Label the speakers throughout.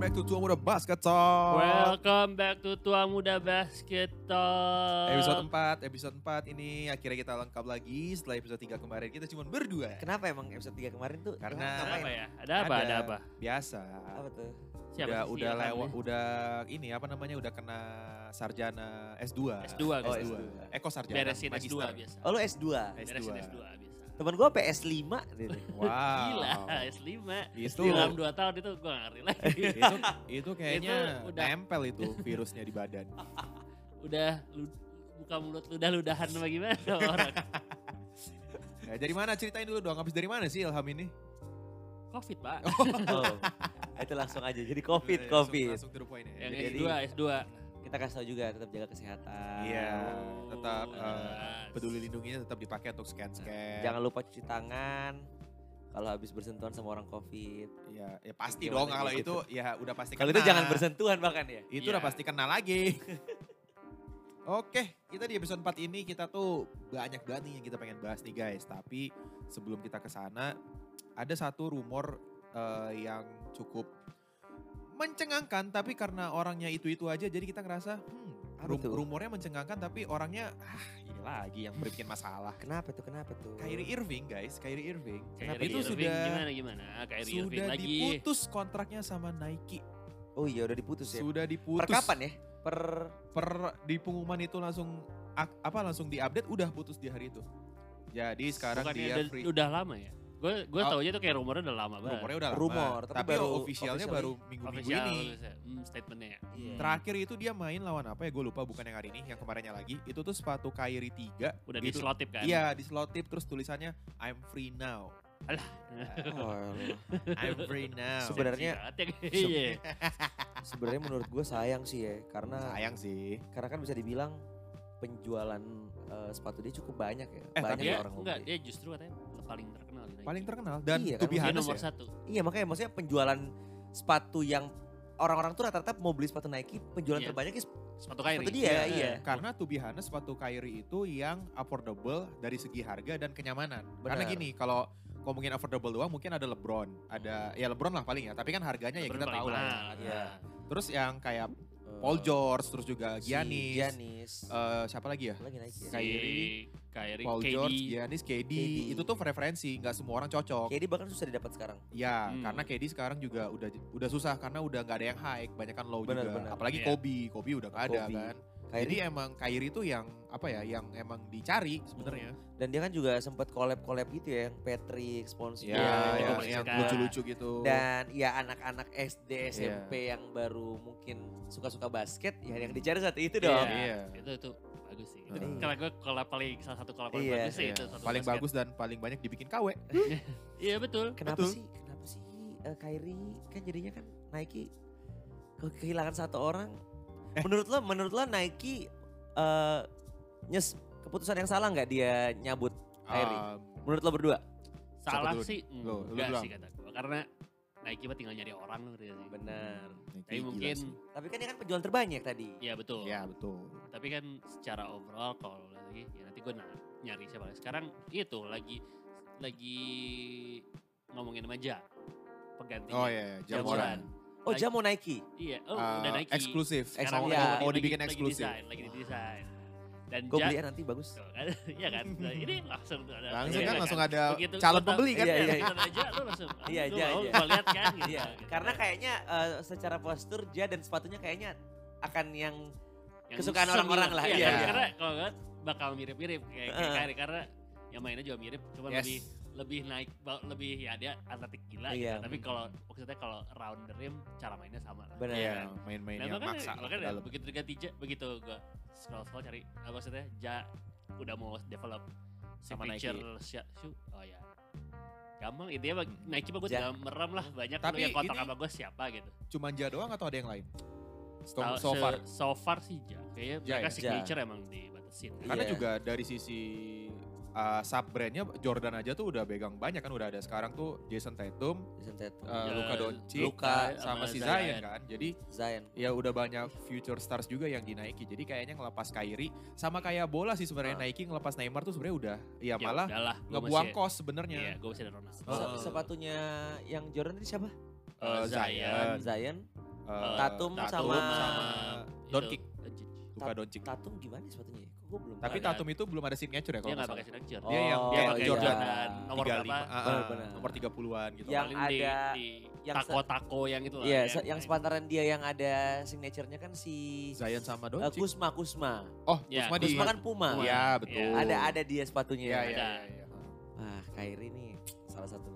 Speaker 1: back to Tua Muda Basket Talk.
Speaker 2: Welcome back to Tua Muda Basket Talk.
Speaker 1: Episode 4, episode 4 ini akhirnya kita lengkap lagi setelah episode 3 kemarin kita cuma berdua.
Speaker 3: Kenapa emang episode 3 kemarin tuh?
Speaker 1: Karena-
Speaker 3: Ilham
Speaker 2: Ada
Speaker 3: ngapain?
Speaker 2: apa ya? Ada apa? Ada, apa?
Speaker 1: Biasa.
Speaker 3: Apa tuh?
Speaker 1: udah
Speaker 2: Siapa sih si
Speaker 1: udah
Speaker 2: Ilham
Speaker 1: lewat
Speaker 2: ini?
Speaker 1: udah ini apa namanya udah kena sarjana S2.
Speaker 2: S2,
Speaker 1: Oh,
Speaker 2: guys.
Speaker 1: S2. Eko sarjana.
Speaker 2: Beresin S2
Speaker 1: magister.
Speaker 2: biasa.
Speaker 3: Oh lu S2.
Speaker 1: S2.
Speaker 2: Beresin S2 biasa.
Speaker 3: Temen gua PS5 dia tuh.
Speaker 1: Wow.
Speaker 2: Gila, S5.
Speaker 1: Itu
Speaker 2: Dalam 2 tahun itu gue ngerti lagi.
Speaker 1: itu itu kayaknya
Speaker 2: Itu udah-
Speaker 1: nempel itu virusnya di badan.
Speaker 2: udah lu, buka mulut ludah-ludahan apa gimana sama orang.
Speaker 1: Nah, dari mana ceritain dulu dong habis dari mana sih Ilham ini?
Speaker 2: Covid, Pak.
Speaker 3: Oh. Itu langsung aja. Jadi COVID,
Speaker 1: Eh, Langsung-
Speaker 3: COVID.
Speaker 1: Iya, Langsung to the point ya.
Speaker 2: Yang
Speaker 1: Jadi-
Speaker 2: S2, S2.
Speaker 3: Kita kasih tau juga tetap jaga kesehatan.
Speaker 1: Iya, tetap
Speaker 2: Oh,
Speaker 1: eh,
Speaker 2: jelas.
Speaker 1: peduli lindunginya tetap dipakai untuk scan-scan.
Speaker 3: Nah, Jangan lupa cuci tangan. Kalau habis bersentuhan sama orang COVID.
Speaker 1: ya, ya pasti
Speaker 3: Gimana
Speaker 1: dong kalau
Speaker 3: gitu?
Speaker 1: itu ya udah pasti
Speaker 3: Kalau
Speaker 1: kena.
Speaker 3: itu jangan bersentuhan bahkan ya.
Speaker 1: Itu
Speaker 2: Iya.
Speaker 1: udah pasti kena lagi. Oke, kita di episode 4 ini kita tuh banyak banget nih yang kita pengen bahas nih guys. Tapi sebelum kita ke sana, ada satu rumor eh, yang cukup mencengangkan. Tapi karena orangnya itu-itu aja jadi kita ngerasa hmm,
Speaker 3: Apa
Speaker 1: rum-
Speaker 3: tuh?
Speaker 1: rumornya mencengangkan tapi orangnya ah ini lagi yang bikin masalah.
Speaker 3: Kenapa tuh? Kenapa tuh?
Speaker 1: Kyrie Irving guys, Kyrie Irving.
Speaker 2: Kyrie
Speaker 1: itu
Speaker 2: Irving
Speaker 1: sudah
Speaker 2: gimana gimana? Ah, Kyrie Irving
Speaker 1: sudah
Speaker 2: lagi.
Speaker 1: diputus kontraknya sama Nike.
Speaker 3: Oh iya udah diputus ya.
Speaker 1: Sudah diputus.
Speaker 3: Per kapan ya? Per
Speaker 1: Per di pengumuman itu langsung ak- apa langsung diupdate udah putus di hari itu. Jadi sekarang
Speaker 2: Bukannya
Speaker 1: dia
Speaker 2: udah,
Speaker 1: free.
Speaker 2: udah lama ya? Gue gue
Speaker 1: Oh.
Speaker 2: taunya tuh kayak rumornya udah lama banget.
Speaker 1: Rumornya udah lama.
Speaker 3: Rumor,
Speaker 1: tapi,
Speaker 3: tapi
Speaker 1: baru
Speaker 3: baru
Speaker 1: officialnya baru minggu-minggu
Speaker 2: Official,
Speaker 1: ini.
Speaker 2: official. Hmm, statementnya ya.
Speaker 3: Iya.
Speaker 1: Terakhir itu dia main lawan apa ya? Gue lupa bukan yang hari ini, yang kemarinnya lagi. Itu tuh sepatu Kyrie 3.
Speaker 2: Udah
Speaker 1: Itu-
Speaker 2: di selotip kan?
Speaker 1: Iya, di slot tip terus tulisannya I'm free now.
Speaker 2: Alah.
Speaker 3: Oh, Allah.
Speaker 1: I'm free now.
Speaker 3: Sebenarnya-
Speaker 2: Iya.
Speaker 3: sebenarnya menurut gue sayang sih ya karena
Speaker 1: Sayang sih.
Speaker 3: karena kan bisa dibilang penjualan eh, sepatu dia cukup banyak ya.
Speaker 1: Eh,
Speaker 3: banyak
Speaker 1: tapi
Speaker 2: Dia
Speaker 3: ya orang
Speaker 2: Iya. enggak,
Speaker 3: beli.
Speaker 2: dia justru katanya paling terkenal. di Nike.
Speaker 1: Paling terkenal dan
Speaker 3: Iya,
Speaker 1: to
Speaker 3: kan,
Speaker 1: be
Speaker 2: Dia
Speaker 1: honest
Speaker 2: nomor
Speaker 1: ya,
Speaker 2: satu.
Speaker 3: Iya makanya maksudnya penjualan sepatu yang orang-orang tuh rata-rata mau beli sepatu Nike penjualan
Speaker 2: Iya.
Speaker 3: terbanyaknya sep-
Speaker 2: Sepatu Kyrie.
Speaker 3: sepatu dia iya.
Speaker 1: Eh, Karena to be honest, sepatu Kyrie itu yang affordable dari segi harga dan kenyamanan. Karena
Speaker 3: Benar.
Speaker 1: gini, kalau ngomongin affordable doang mungkin ada LeBron, ada ya LeBron lah paling ya, tapi kan harganya ya kita tahu lah. ya.
Speaker 3: Iya.
Speaker 1: Terus yang kayak Paul George, terus juga
Speaker 3: eh, Si
Speaker 1: Giannis,
Speaker 3: Giannis.
Speaker 1: eh, siapa lagi ya?
Speaker 3: Lagi Nike.
Speaker 1: Kayak- Kyrie,
Speaker 2: Kyrie, Kyrie,
Speaker 1: Paul
Speaker 2: KD.
Speaker 1: George, iya. Giannis, KD.
Speaker 3: KD.
Speaker 1: Itu tuh referensi, nggak semua orang cocok.
Speaker 3: Kayak dia bahkan susah didapat sekarang.
Speaker 1: Ya,
Speaker 2: Hmm.
Speaker 1: karena KD sekarang juga udah udah susah karena udah nggak ada yang high, kebanyakan low
Speaker 3: Benar,
Speaker 1: juga.
Speaker 3: benar.
Speaker 1: Apalagi
Speaker 2: Iya.
Speaker 1: Kobe, Kobe udah nggak ada
Speaker 3: Kobe.
Speaker 1: kan. Jadi
Speaker 2: ya-
Speaker 3: Kyrie
Speaker 1: emang Kyrie itu yang apa ya, yang emang dicari sebenarnya.
Speaker 3: dan dia kan juga sempat collab-collab gitu ya yang Patrick sponsor
Speaker 1: Ya,
Speaker 2: Iya,
Speaker 1: yang-
Speaker 2: itu
Speaker 1: yang
Speaker 2: menarik.
Speaker 1: lucu-lucu gitu.
Speaker 3: dan ya anak-anak SD SMP
Speaker 2: Iya.
Speaker 3: yang baru mungkin suka-suka basket ya yang dicari saat itu
Speaker 2: Iya,
Speaker 3: dong.
Speaker 1: Iya.
Speaker 2: Itu itu bagus sih. Itu
Speaker 1: Heeh.
Speaker 2: karena gue kalau paling salah satu kalau paling
Speaker 3: Iya,
Speaker 2: bagus sih
Speaker 1: Iya,
Speaker 2: itu. satu
Speaker 1: paling
Speaker 2: basket.
Speaker 1: bagus dan paling banyak dibikin KW.
Speaker 2: Iya betul.
Speaker 3: Kenapa
Speaker 1: Betul.
Speaker 3: sih? Kenapa sih eh, Kyrie kan jadinya kan Nike ke- kehilangan satu orang. Menurut lo, menurut lo Nike eh, nyes keputusan yang salah nggak dia nyabut? Kyrie.
Speaker 1: Um,
Speaker 3: Menurut lo berdua?
Speaker 2: Salah
Speaker 1: dulu?
Speaker 2: sih
Speaker 1: Lo,
Speaker 2: enggak
Speaker 1: lo doang.
Speaker 2: sih kata gue. Karena Nike mah tinggal nyari orang loh.
Speaker 3: Benar.
Speaker 2: Tapi
Speaker 1: gila
Speaker 2: mungkin,
Speaker 1: sih.
Speaker 3: Tapi kan dia kan penjualan terbanyak tadi.
Speaker 2: ya betul.
Speaker 1: ya betul.
Speaker 2: tapi kan secara overall kalau lu lagi ya nanti gue nyari siapa lagi sekarang itu lagi lagi ngomongin sama Ja penggantinya
Speaker 1: Oh iya, ya,
Speaker 2: Jamoran.
Speaker 1: jamuran.
Speaker 3: Oh, jam mau Nike.
Speaker 2: iya oh udah
Speaker 1: Eh,
Speaker 2: naik
Speaker 1: Eksklusif.
Speaker 2: sekarang lagi,
Speaker 3: Eksklusif. Ya,
Speaker 2: lagi-
Speaker 1: mau
Speaker 2: lagi-
Speaker 1: dibikin eksklusif.
Speaker 2: lagi desain lagi didesain dan
Speaker 3: Gue
Speaker 2: Ja
Speaker 3: beli ya nanti bagus.
Speaker 2: tuh kan iya kan nah, ini langsung ada
Speaker 1: Langsung
Speaker 2: iya
Speaker 1: kan langsung ada
Speaker 2: Begitu
Speaker 1: calon
Speaker 2: gua tau-
Speaker 1: pembeli kan.
Speaker 3: Iya, iya.
Speaker 2: begitu ada Ja, lu langsung ah,
Speaker 3: Iya,
Speaker 2: lu
Speaker 3: Ja,
Speaker 2: mau,
Speaker 3: Ja.
Speaker 2: gua lihat kan gitu,
Speaker 3: Iya,
Speaker 2: gitu.
Speaker 3: karena kayaknya eh, secara postur dia dan sepatunya kayaknya akan yang
Speaker 2: Yang
Speaker 3: kesukaan
Speaker 2: semi
Speaker 3: orang-orang lah, Iya.
Speaker 2: iya,
Speaker 1: iya.
Speaker 2: kan? karena kalau nggak bakal mirip-mirip kayak, kayak
Speaker 3: Heeh.
Speaker 2: Kyrie, karena yang mainnya juga mirip cuma
Speaker 1: Yes.
Speaker 2: lebih lebih naik ba- lebih ya dia atletik gila
Speaker 3: Iya.
Speaker 2: gitu. tapi kalau maksudnya kalau round the rim cara mainnya sama lah
Speaker 3: Benar.
Speaker 1: Iya,
Speaker 2: Iya.
Speaker 1: main-main
Speaker 2: nah,
Speaker 1: yang
Speaker 2: makanya,
Speaker 1: maksa lah ke
Speaker 2: makanya
Speaker 1: dalam.
Speaker 2: begitu ganti Ja- begitu gua scroll scroll cari ah, maksudnya ja udah mau develop
Speaker 1: Sama
Speaker 2: signature sya- shoe oh ya gampang intinya bag- Nike mah gue
Speaker 3: Ja.
Speaker 2: tinggal merem lah banyak
Speaker 1: Tapi
Speaker 2: lu yang kontak
Speaker 1: ini-
Speaker 2: sama gue siapa gitu
Speaker 1: Cuman Ja doang atau ada yang lain? So,
Speaker 2: Tau-
Speaker 1: so
Speaker 2: se-
Speaker 1: far.
Speaker 2: so far sih ja kayaknya
Speaker 1: Ja ya?
Speaker 2: mereka
Speaker 1: Kan
Speaker 2: signature emang dibatasin
Speaker 1: Karena
Speaker 3: Iya.
Speaker 1: juga dari sisi uh, sub brandnya Jordan aja tuh udah pegang banyak kan udah ada sekarang tuh Jason Tatum,
Speaker 3: Jason Tatum,
Speaker 1: uh,
Speaker 2: Ya,
Speaker 1: Luka Doncic,
Speaker 3: eh,
Speaker 1: kan,
Speaker 3: Luka
Speaker 1: sama si Zion
Speaker 2: Zion.
Speaker 1: kan. Jadi
Speaker 3: Zion.
Speaker 1: ya udah banyak future stars juga yang dinaiki jadi kayaknya ngelepas Kyrie sama kayak bola sih sebenarnya
Speaker 3: Ah.
Speaker 1: Nike ngelepas Neymar tuh sebenarnya udah ya,
Speaker 2: Ya
Speaker 1: malah
Speaker 2: udahlah, gua
Speaker 1: ngebuang
Speaker 2: masih-
Speaker 1: kos
Speaker 2: Iya,
Speaker 1: sebenarnya
Speaker 2: gue masih ada Ronaldo.
Speaker 1: Oh.
Speaker 3: Sepatunya yang Jordan tadi siapa?
Speaker 1: Eh,
Speaker 2: Zion.
Speaker 1: Zion.
Speaker 3: Zion.
Speaker 1: eh,
Speaker 3: Tatum sama-
Speaker 1: Doncic.
Speaker 2: Doncic.
Speaker 1: Luka Doncic.
Speaker 3: Tatum gimana sih sepatunya? ya? Kok gue belum
Speaker 1: Tapi
Speaker 2: Nggak ada.
Speaker 1: Tatum itu belum ada signature ya
Speaker 2: Dia
Speaker 1: kalau
Speaker 2: nggak
Speaker 1: nggak
Speaker 2: pakai
Speaker 1: salah.
Speaker 2: signature.
Speaker 1: Dia yang
Speaker 3: Oh,
Speaker 2: dia pakai
Speaker 3: iya.
Speaker 2: Jordan. Nomor
Speaker 1: 35,
Speaker 2: berapa?
Speaker 1: ah,
Speaker 3: Benar-benar.
Speaker 1: nomor 30-an gitu.
Speaker 3: Yang
Speaker 2: Paling di-
Speaker 3: ada-
Speaker 2: di,
Speaker 3: yang se-
Speaker 2: tako-tako yang itu lah.
Speaker 1: ya.
Speaker 3: Iya,
Speaker 2: yang
Speaker 3: se- yang
Speaker 2: main.
Speaker 3: sepantaran dia yang ada signaturenya kan si
Speaker 1: Zion sama
Speaker 3: eh,
Speaker 1: Doncic.
Speaker 3: Kusma, Kusma.
Speaker 1: oh,
Speaker 2: Ya,
Speaker 1: Kusma di.
Speaker 3: Kusma kan Puma.
Speaker 1: Iya,
Speaker 2: Puma. Iya.
Speaker 1: betul.
Speaker 3: Ada ada dia sepatunya.
Speaker 1: Iya, iya,
Speaker 2: Ada.
Speaker 1: iya.
Speaker 3: Wah, Kyrie nih salah satu.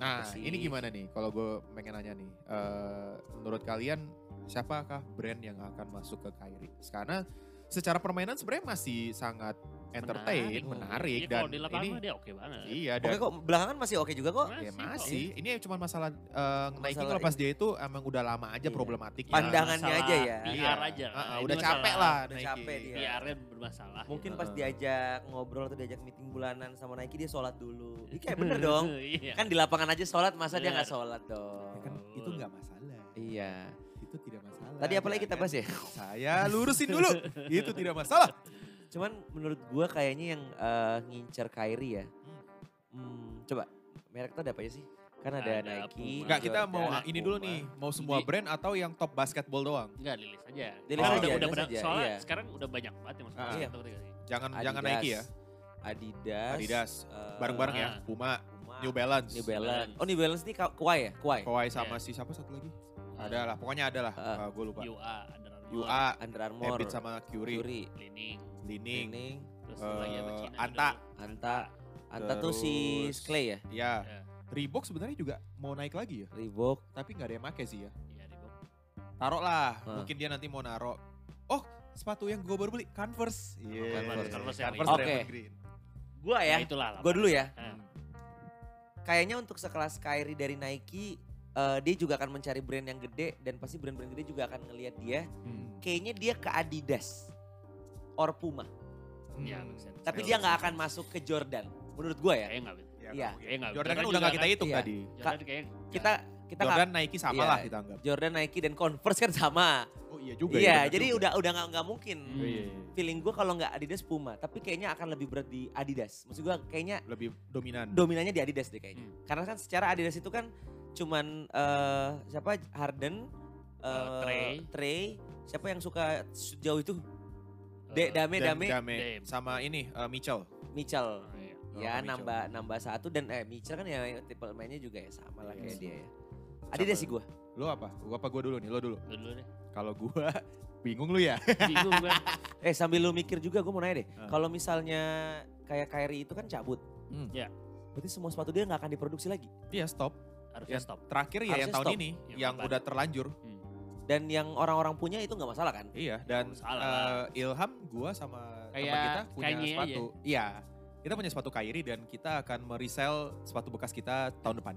Speaker 1: Nah,
Speaker 3: Apa sih?
Speaker 1: ini gimana nih kalau gue pengen nanya nih. Eh, menurut kalian siapakah brand yang akan masuk ke Kyrie? Karena secara permainan sebenarnya masih sangat entertain, menarik,
Speaker 2: Dia
Speaker 1: dan
Speaker 2: Iya, kalau di lapangan
Speaker 1: ini
Speaker 2: mah dia oke banget.
Speaker 1: iya
Speaker 3: Oke
Speaker 1: dan
Speaker 3: kok belakangan masih oke juga kok.
Speaker 1: ya
Speaker 2: kok.
Speaker 1: masih. Ini cuma masalah eh Nike
Speaker 3: Masalah
Speaker 1: kalau pas
Speaker 3: ini.
Speaker 1: dia itu emang udah lama aja
Speaker 3: Iya.
Speaker 1: problematiknya.
Speaker 3: Pandangan.
Speaker 2: Masalah
Speaker 3: Pandangannya aja ya.
Speaker 2: PR aja.
Speaker 1: Ah, ah,
Speaker 2: Ini
Speaker 1: udah
Speaker 2: masalah
Speaker 1: capek lah
Speaker 3: Udah
Speaker 1: Nike.
Speaker 3: capek dia.
Speaker 2: PR-nya bermasalah.
Speaker 3: Mungkin
Speaker 1: Iya.
Speaker 3: pas diajak ngobrol atau diajak meeting bulanan sama Nike dia sholat dulu. Ini kayak bener dong.
Speaker 2: Iya.
Speaker 3: Kan di lapangan aja sholat masa dia
Speaker 2: Bener.
Speaker 3: nggak sholat dong.
Speaker 1: Ya kan, itu nggak masalah.
Speaker 3: Iya.
Speaker 1: Itu tidak masalah.
Speaker 3: Tadi apa lagi kita
Speaker 1: Jangan-
Speaker 3: bahas ya?
Speaker 1: Saya lurusin dulu. itu tidak masalah.
Speaker 3: Cuman menurut gua kayaknya yang eh, ngincer Kyrie ya. Hmm, coba merek tuh ada apa aja sih? Kan ada,
Speaker 2: Ada
Speaker 3: Nike.
Speaker 2: Puma.
Speaker 1: Enggak, kita
Speaker 3: Jordan,
Speaker 1: mau
Speaker 2: Jangan
Speaker 1: ini dulu
Speaker 3: Puma.
Speaker 1: nih, mau semua
Speaker 2: Ini-
Speaker 1: brand atau yang top basketball doang.
Speaker 2: Enggak, lilis aja.
Speaker 3: Lilis
Speaker 2: Karena
Speaker 1: aja,
Speaker 2: udah, udah
Speaker 3: lilis
Speaker 2: benar-
Speaker 3: aja,
Speaker 2: Soalnya
Speaker 3: iya.
Speaker 2: sekarang udah banyak banget yang masuk.
Speaker 1: Ah,
Speaker 3: iya.
Speaker 1: Jangan jangan Nike ya.
Speaker 3: Adidas.
Speaker 1: Adidas.
Speaker 3: eh,
Speaker 1: Bareng-bareng ya,
Speaker 2: Ah.
Speaker 1: Puma,
Speaker 3: Puma,
Speaker 1: New Balance,
Speaker 3: New Balance. Oh New Balance nih Ka- Kawhi ya? Kawhi.
Speaker 1: Kawhi
Speaker 2: Iya.
Speaker 1: sama si siapa satu lagi? Ada lah, pokoknya ada lah.
Speaker 3: Iya. Ah.
Speaker 1: gue lupa.
Speaker 2: UA, ada Ramon,
Speaker 1: UA,
Speaker 3: Under Armour.
Speaker 1: Embiid sama Curry,
Speaker 3: Curry.
Speaker 2: Lining,
Speaker 1: Lining,
Speaker 3: Ning.
Speaker 2: terus satu lagi sama
Speaker 1: Eh,
Speaker 2: Cina
Speaker 1: Anta.
Speaker 2: dulu.
Speaker 3: Anta. Anta tuh si
Speaker 1: Terus-
Speaker 3: Clay ya?
Speaker 1: ya.
Speaker 2: Ya,
Speaker 1: Reebok sebenarnya juga mau naik lagi ya,
Speaker 3: Reebok.
Speaker 1: tapi nggak ada yang make sih ya.
Speaker 2: iya, Reebok.
Speaker 1: Taruh lah,
Speaker 3: Ah.
Speaker 1: mungkin dia nanti mau naro. Oh, sepatu yang gue baru beli, Converse. Iya.
Speaker 2: Oh,
Speaker 3: Converse,
Speaker 2: Converse yang
Speaker 1: Converse
Speaker 3: hijau.
Speaker 1: Draymond Green.
Speaker 3: Gua
Speaker 2: Ya,
Speaker 3: ya.
Speaker 2: itulah. lah.
Speaker 3: Gua dulu ya.
Speaker 2: Ah,
Speaker 3: Kayaknya untuk sekelas Kyrie dari Nike eh, dia juga akan mencari brand yang gede dan pasti brand-brand gede juga akan ngelihat dia.
Speaker 1: Hmm.
Speaker 3: Kayaknya dia ke Adidas or Puma,
Speaker 2: Iya,
Speaker 1: Hmm.
Speaker 2: make sense.
Speaker 3: tapi
Speaker 2: Make
Speaker 3: dia
Speaker 2: sense.
Speaker 3: nggak akan masuk ke Jordan. Menurut gua ya.
Speaker 2: Kayaknya nggak bisa.
Speaker 3: Iya.
Speaker 1: mungkin.
Speaker 2: Kayaknya nggak.
Speaker 1: Jordan kan
Speaker 2: juga
Speaker 1: udah nggak kita
Speaker 2: nggak-
Speaker 1: hitung
Speaker 3: Iya.
Speaker 1: tadi.
Speaker 2: Jordan kayaknya nggak.
Speaker 3: Kita kita nggak-
Speaker 1: Jordan Nike sama
Speaker 3: Iya.
Speaker 1: lah kita anggap.
Speaker 3: Jordan Nike dan Converse kan sama.
Speaker 1: Oh iya juga ya,
Speaker 3: Iya,
Speaker 1: benar
Speaker 3: jadi
Speaker 1: juga.
Speaker 3: udah udah nggak nggak mungkin.
Speaker 2: Hmm.
Speaker 1: Iya, iya, iya.
Speaker 3: Feeling gua kalau nggak Adidas Puma, tapi kayaknya akan lebih berat di Adidas. Maksud gua kayaknya
Speaker 1: lebih dominan.
Speaker 3: dominannya di Adidas deh kayaknya.
Speaker 2: Hmm.
Speaker 3: Karena kan secara Adidas itu kan cuman eh, siapa Harden, eh,
Speaker 2: Trey.
Speaker 3: Trey, siapa yang suka shoot jauh itu? De,
Speaker 2: Eh,
Speaker 3: Dame,
Speaker 1: Dan
Speaker 3: Dame,
Speaker 1: Dame.
Speaker 2: Dame.
Speaker 1: sama ini eh, Mitchell.
Speaker 3: Mitchell.
Speaker 2: oh, iya.
Speaker 3: ya
Speaker 1: Mitchell.
Speaker 3: nambah nambah satu dan eh Mitchell kan ya tipe mainnya juga ya sama lah
Speaker 1: Iya
Speaker 3: kayak
Speaker 1: sih.
Speaker 3: dia ya. Adidas sih gua.
Speaker 1: Lo apa? Gua apa gua dulu nih? Lo dulu.
Speaker 2: Gua dulu deh.
Speaker 1: Kalau gua bingung lu ya.
Speaker 2: Bingung gua.
Speaker 3: Eh sambil lu mikir juga gua mau nanya deh.
Speaker 1: Ah.
Speaker 3: Kalau misalnya kayak Kyrie itu kan cabut.
Speaker 1: Hmm.
Speaker 2: Iya.
Speaker 3: Berarti semua sepatu dia nggak akan diproduksi lagi.
Speaker 1: Iya stop.
Speaker 2: Harusnya
Speaker 1: Yang
Speaker 2: stop.
Speaker 1: terakhir ya yang
Speaker 3: Harusnya
Speaker 1: tahun
Speaker 3: stop.
Speaker 1: ini
Speaker 2: Yang
Speaker 1: yang
Speaker 2: kapan?
Speaker 1: udah terlanjur.
Speaker 3: Dan yang orang-orang punya itu nggak masalah kan?
Speaker 1: Iya dan
Speaker 2: Salah.
Speaker 1: eh, Ilham gua sama teman
Speaker 2: Kayak
Speaker 1: kita punya
Speaker 2: Kanye
Speaker 1: sepatu. Iya. Kita punya sepatu Kairi dan kita akan meresell sepatu bekas kita tahun depan.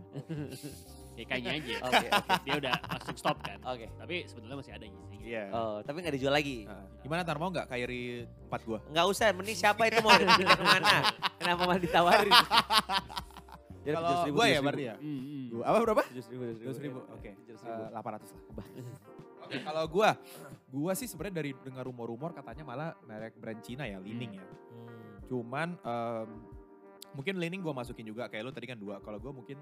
Speaker 2: Ya kayaknya aja.
Speaker 1: eh.
Speaker 3: Oke. oke.
Speaker 2: Dia udah langsung stop kan.
Speaker 3: Oke.
Speaker 2: Tapi sebetulnya masih ada isinya.
Speaker 1: Iya.
Speaker 3: Oh, tapi nggak dijual lagi.
Speaker 1: Heeh. Nah, gimana tar mau nggak Kairi 4 gua?
Speaker 3: Nggak usah, mending siapa itu mau dipindah kemana? Kenapa malah ditawarin? Jadi
Speaker 1: Kalau
Speaker 3: 700.000,
Speaker 1: gua ya
Speaker 3: 700.000.
Speaker 1: berarti ya.
Speaker 2: Hmm, hmm.
Speaker 1: Gua- Apa berapa?
Speaker 3: 700.000,
Speaker 1: 200.000, oke.
Speaker 3: 700.000.
Speaker 1: Eh, delapan ratus lah. Oke, kalau gua, gua sih sebenarnya dari dengar rumor-rumor katanya malah merek brand Cina ya, Lining ya.
Speaker 3: Hmm.
Speaker 1: Cuman em, mungkin Lining gua masukin juga kayak lu tadi kan dua. Kalau gua mungkin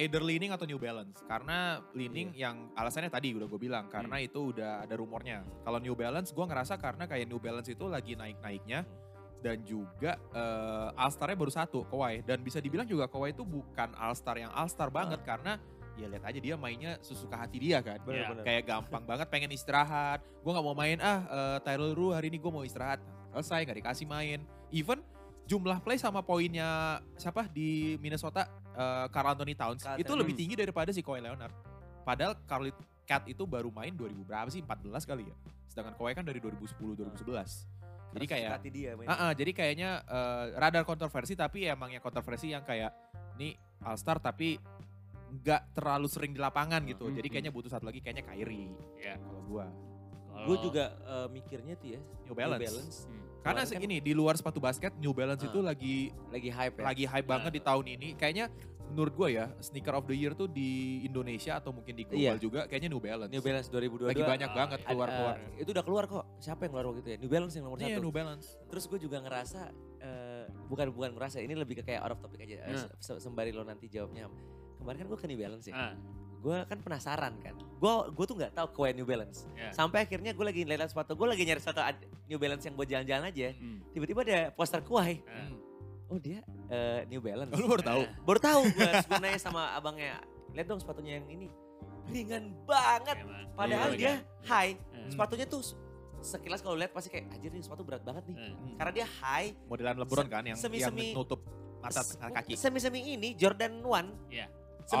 Speaker 1: either Lining atau New Balance karena Lining
Speaker 3: Iya.
Speaker 1: yang alasannya tadi udah gue bilang karena
Speaker 3: Hmm.
Speaker 1: itu udah ada rumornya. Kalau New Balance gua ngerasa karena kayak New Balance itu lagi naik-naiknya
Speaker 3: Hmm.
Speaker 1: dan juga eh All-Star-nya baru satu, Kawhi. Dan bisa dibilang juga Kawhi itu bukan All-Star yang All-Star
Speaker 3: Ah.
Speaker 1: banget karena ya lihat aja dia mainnya sesuka hati dia kan.
Speaker 3: Bener,
Speaker 2: Iya.
Speaker 3: bener.
Speaker 1: Kayak gampang banget pengen istirahat. Gue nggak mau main ah eh, Tyrell Ru hari ini gue mau istirahat. Selesai nggak dikasih main. Even jumlah play sama poinnya siapa di Minnesota eh, Karl Anthony Towns itu
Speaker 3: Karl Anthony.
Speaker 1: lebih tinggi daripada si Kawhi Leonard. Padahal Karl Cat itu baru main 2000 berapa sih 14 kali ya. Sedangkan Kawhi kan dari 2010 2011. Jadi
Speaker 3: Harus
Speaker 1: kayak
Speaker 3: dekati dia Hmm. main.
Speaker 1: Ah, ah, jadi kayaknya eh, radar kontroversi tapi emangnya kontroversi yang kayak nih All Star tapi nggak terlalu sering di lapangan gitu.
Speaker 2: Hmm.
Speaker 1: Jadi kayaknya butuh satu lagi kayaknya Kyrie
Speaker 2: Ya.
Speaker 1: kalau gua.
Speaker 2: Kalau-
Speaker 3: Gue juga eh, mikirnya tuh ya,
Speaker 1: Oh. New Balance.
Speaker 3: New Balance
Speaker 2: Hmm.
Speaker 1: Karena
Speaker 3: Kemarin kan-
Speaker 1: segini di luar sepatu basket New Balance
Speaker 3: Ah.
Speaker 1: itu lagi
Speaker 3: lagi hype ya.
Speaker 1: lagi hype banget di tahun ini. Kayaknya menurut gua ya sneaker of the year tuh di Indonesia atau mungkin di global
Speaker 3: Iya.
Speaker 1: juga kayaknya New Balance.
Speaker 3: New Balance 2022.
Speaker 1: lagi banyak
Speaker 2: ah,
Speaker 1: banget
Speaker 2: iya.
Speaker 1: keluar-keluar.
Speaker 3: Eh, itu udah keluar kok. Siapa yang keluar waktu itu ya? New Balance yang nomor
Speaker 1: Iya,
Speaker 3: satu.
Speaker 1: New Balance.
Speaker 3: Terus gue juga ngerasa eh, bukan bukan
Speaker 1: Nah.
Speaker 3: merasa ini lebih ke kayak out of topic aja.
Speaker 2: Hmm.
Speaker 3: Eh,
Speaker 1: Eh.
Speaker 3: se- Sembari lo nanti jawabnya. Ham. Kemarin kan gue ke New Balance
Speaker 2: Ah,
Speaker 3: ya. gue kan penasaran kan. Gue gue tuh nggak tahu ke New Balance.
Speaker 1: Iya.
Speaker 2: Ya.
Speaker 3: Sampai akhirnya gue lagi lihat sepatu, gue lagi nyari sepatu ad- New Balance yang buat jalan-jalan aja.
Speaker 1: Eh.
Speaker 2: Hmm.
Speaker 3: Tiba-tiba ada poster Kuai.
Speaker 2: Nah,
Speaker 3: Oh dia eh, New
Speaker 1: Oh,
Speaker 3: Balance.
Speaker 1: lu baru Hmm. tahu.
Speaker 2: nah,
Speaker 3: Baru tahu gue nanya sama abangnya, lihat dong sepatunya yang ini. Ringan banget.
Speaker 2: emang. Iya,
Speaker 3: Padahal dia
Speaker 1: Eh.
Speaker 3: high.
Speaker 1: Hmm.
Speaker 2: iya.
Speaker 3: Sepatunya tuh se- sekilas kalau lihat pasti kayak anjir ini sepatu berat banget nih.
Speaker 2: Eh, eh.
Speaker 3: Karena dia high
Speaker 1: Hmm. Modelan LeBron kan yang
Speaker 3: semi-
Speaker 1: yang
Speaker 3: semi-
Speaker 1: nutup mata
Speaker 3: Se-
Speaker 1: tengah kaki.
Speaker 3: Semi-semi ini Jordan 1.
Speaker 2: Iya.
Speaker 3: jadi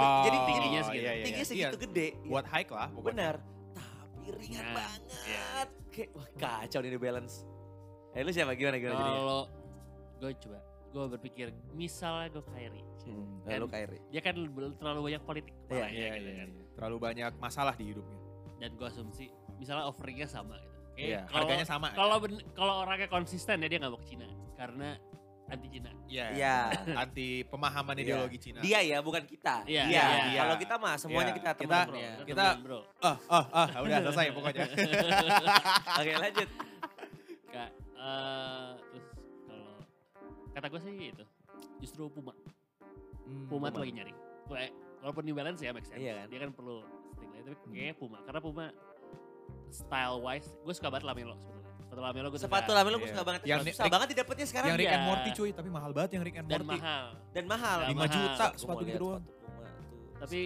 Speaker 1: Oh,
Speaker 3: tingginya
Speaker 2: tingginya segitu.
Speaker 1: iya, iya,
Speaker 3: tingginya
Speaker 1: iya.
Speaker 3: segitu
Speaker 1: Iya,
Speaker 3: gede. Iya,
Speaker 1: Buat high lah pokoknya.
Speaker 3: benar. Tapi ringan
Speaker 2: Nah,
Speaker 3: banget.
Speaker 2: iya.
Speaker 3: Kayak wah kacau nih di balance. Eh lu siapa gimana gimana jadinya?
Speaker 2: Kalau gue coba, gue berpikir misalnya gue Kyrie,
Speaker 1: Hmm.
Speaker 3: Nah, lu
Speaker 2: kan-
Speaker 3: Kyrie.
Speaker 2: dia kan bel- terlalu banyak politik
Speaker 3: Iya,
Speaker 2: kepalanya
Speaker 1: Iya,
Speaker 2: gitu
Speaker 1: iya,
Speaker 2: kan.
Speaker 1: iya. Terlalu banyak masalah di hidupnya.
Speaker 2: Dan gue asumsi misalnya offeringnya sama gitu. Kayak
Speaker 1: Iya,
Speaker 2: kalau-
Speaker 1: harganya sama. ya?
Speaker 2: Kalau ben- kalau orangnya konsisten ya dia nggak mau ke Cina karena anti Cina.
Speaker 1: Iya.
Speaker 3: Iya.
Speaker 1: Anti pemahaman
Speaker 3: Iya.
Speaker 1: ideologi Cina.
Speaker 3: Dia ya bukan kita.
Speaker 2: Iya,
Speaker 3: Dia.
Speaker 1: iya.
Speaker 3: Kalau kita mah
Speaker 1: Iya,
Speaker 3: semuanya kita
Speaker 1: kita-
Speaker 3: teman
Speaker 2: Bro,
Speaker 3: ya.
Speaker 2: kita
Speaker 1: Kita-
Speaker 2: temenan, bro.
Speaker 1: Ah, ah, ah, udah selesai pokoknya.
Speaker 3: Oke lanjut.
Speaker 2: Kak, eh, terus kalau kata gue sih itu justru Puma.
Speaker 1: Hmm,
Speaker 2: Puma, tuh lagi nyari. Gue- Walaupun New Balance ya make sense.
Speaker 3: Iya kan.
Speaker 2: Dia kan perlu stick lain, tapi kayaknya Puma karena Puma style wise gue suka banget Lamelo sebetulnya. Sepatu Lamelo gue suka.
Speaker 3: Sepatu lama lu
Speaker 1: Iya.
Speaker 3: suka banget.
Speaker 1: Yang
Speaker 3: susah
Speaker 1: Rick-
Speaker 3: banget didapetnya sekarang.
Speaker 1: Yang Rick and
Speaker 2: Iya.
Speaker 1: Morty cuy, tapi mahal banget yang Rick and
Speaker 2: dan
Speaker 1: Morty.
Speaker 2: mahal.
Speaker 3: Dan mahal.
Speaker 2: Iya,
Speaker 1: 5
Speaker 2: mahal.
Speaker 1: juta
Speaker 3: Gua
Speaker 1: sepatu
Speaker 3: mau
Speaker 1: gitu
Speaker 3: lihat
Speaker 1: doang.
Speaker 3: sepatu Puma tuh.
Speaker 2: Tapi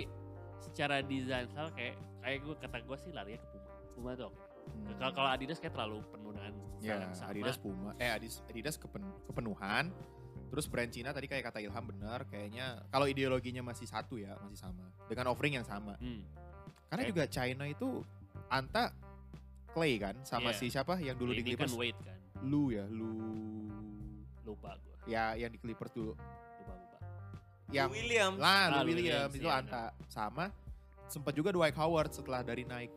Speaker 2: secara desain style kayak kayak gue kata gue sih larinya ke Puma. Puma tuh oke.
Speaker 1: Hmm.
Speaker 2: Kalau kalau Adidas kayak terlalu penggunaan style
Speaker 1: Ya,
Speaker 2: yang sama.
Speaker 1: Adidas Puma. Eh, Adidas, Adidas kepen- kepenuhan. Terus brand Cina tadi kayak kata Ilham benar, kayaknya kalau ideologinya masih satu ya, masih sama. Dengan offering yang sama.
Speaker 2: Hmm.
Speaker 1: Karena
Speaker 2: Kayak-
Speaker 1: juga China itu Anta Clay kan sama
Speaker 2: Iya.
Speaker 1: si siapa yang dulu di
Speaker 2: ini kan
Speaker 1: Clippers?
Speaker 2: wait kan.
Speaker 1: Lu ya, Lu.
Speaker 2: Lupa gue.
Speaker 1: Ya yang di Clippers dulu.
Speaker 2: Lupa lupa.
Speaker 1: Yang
Speaker 3: William.
Speaker 1: lah
Speaker 2: Ah,
Speaker 1: Lou
Speaker 2: Lou
Speaker 1: Williams
Speaker 2: Williams,
Speaker 1: itu
Speaker 2: iya,
Speaker 1: Anta sama sempat juga Dwight Howard setelah dari naik.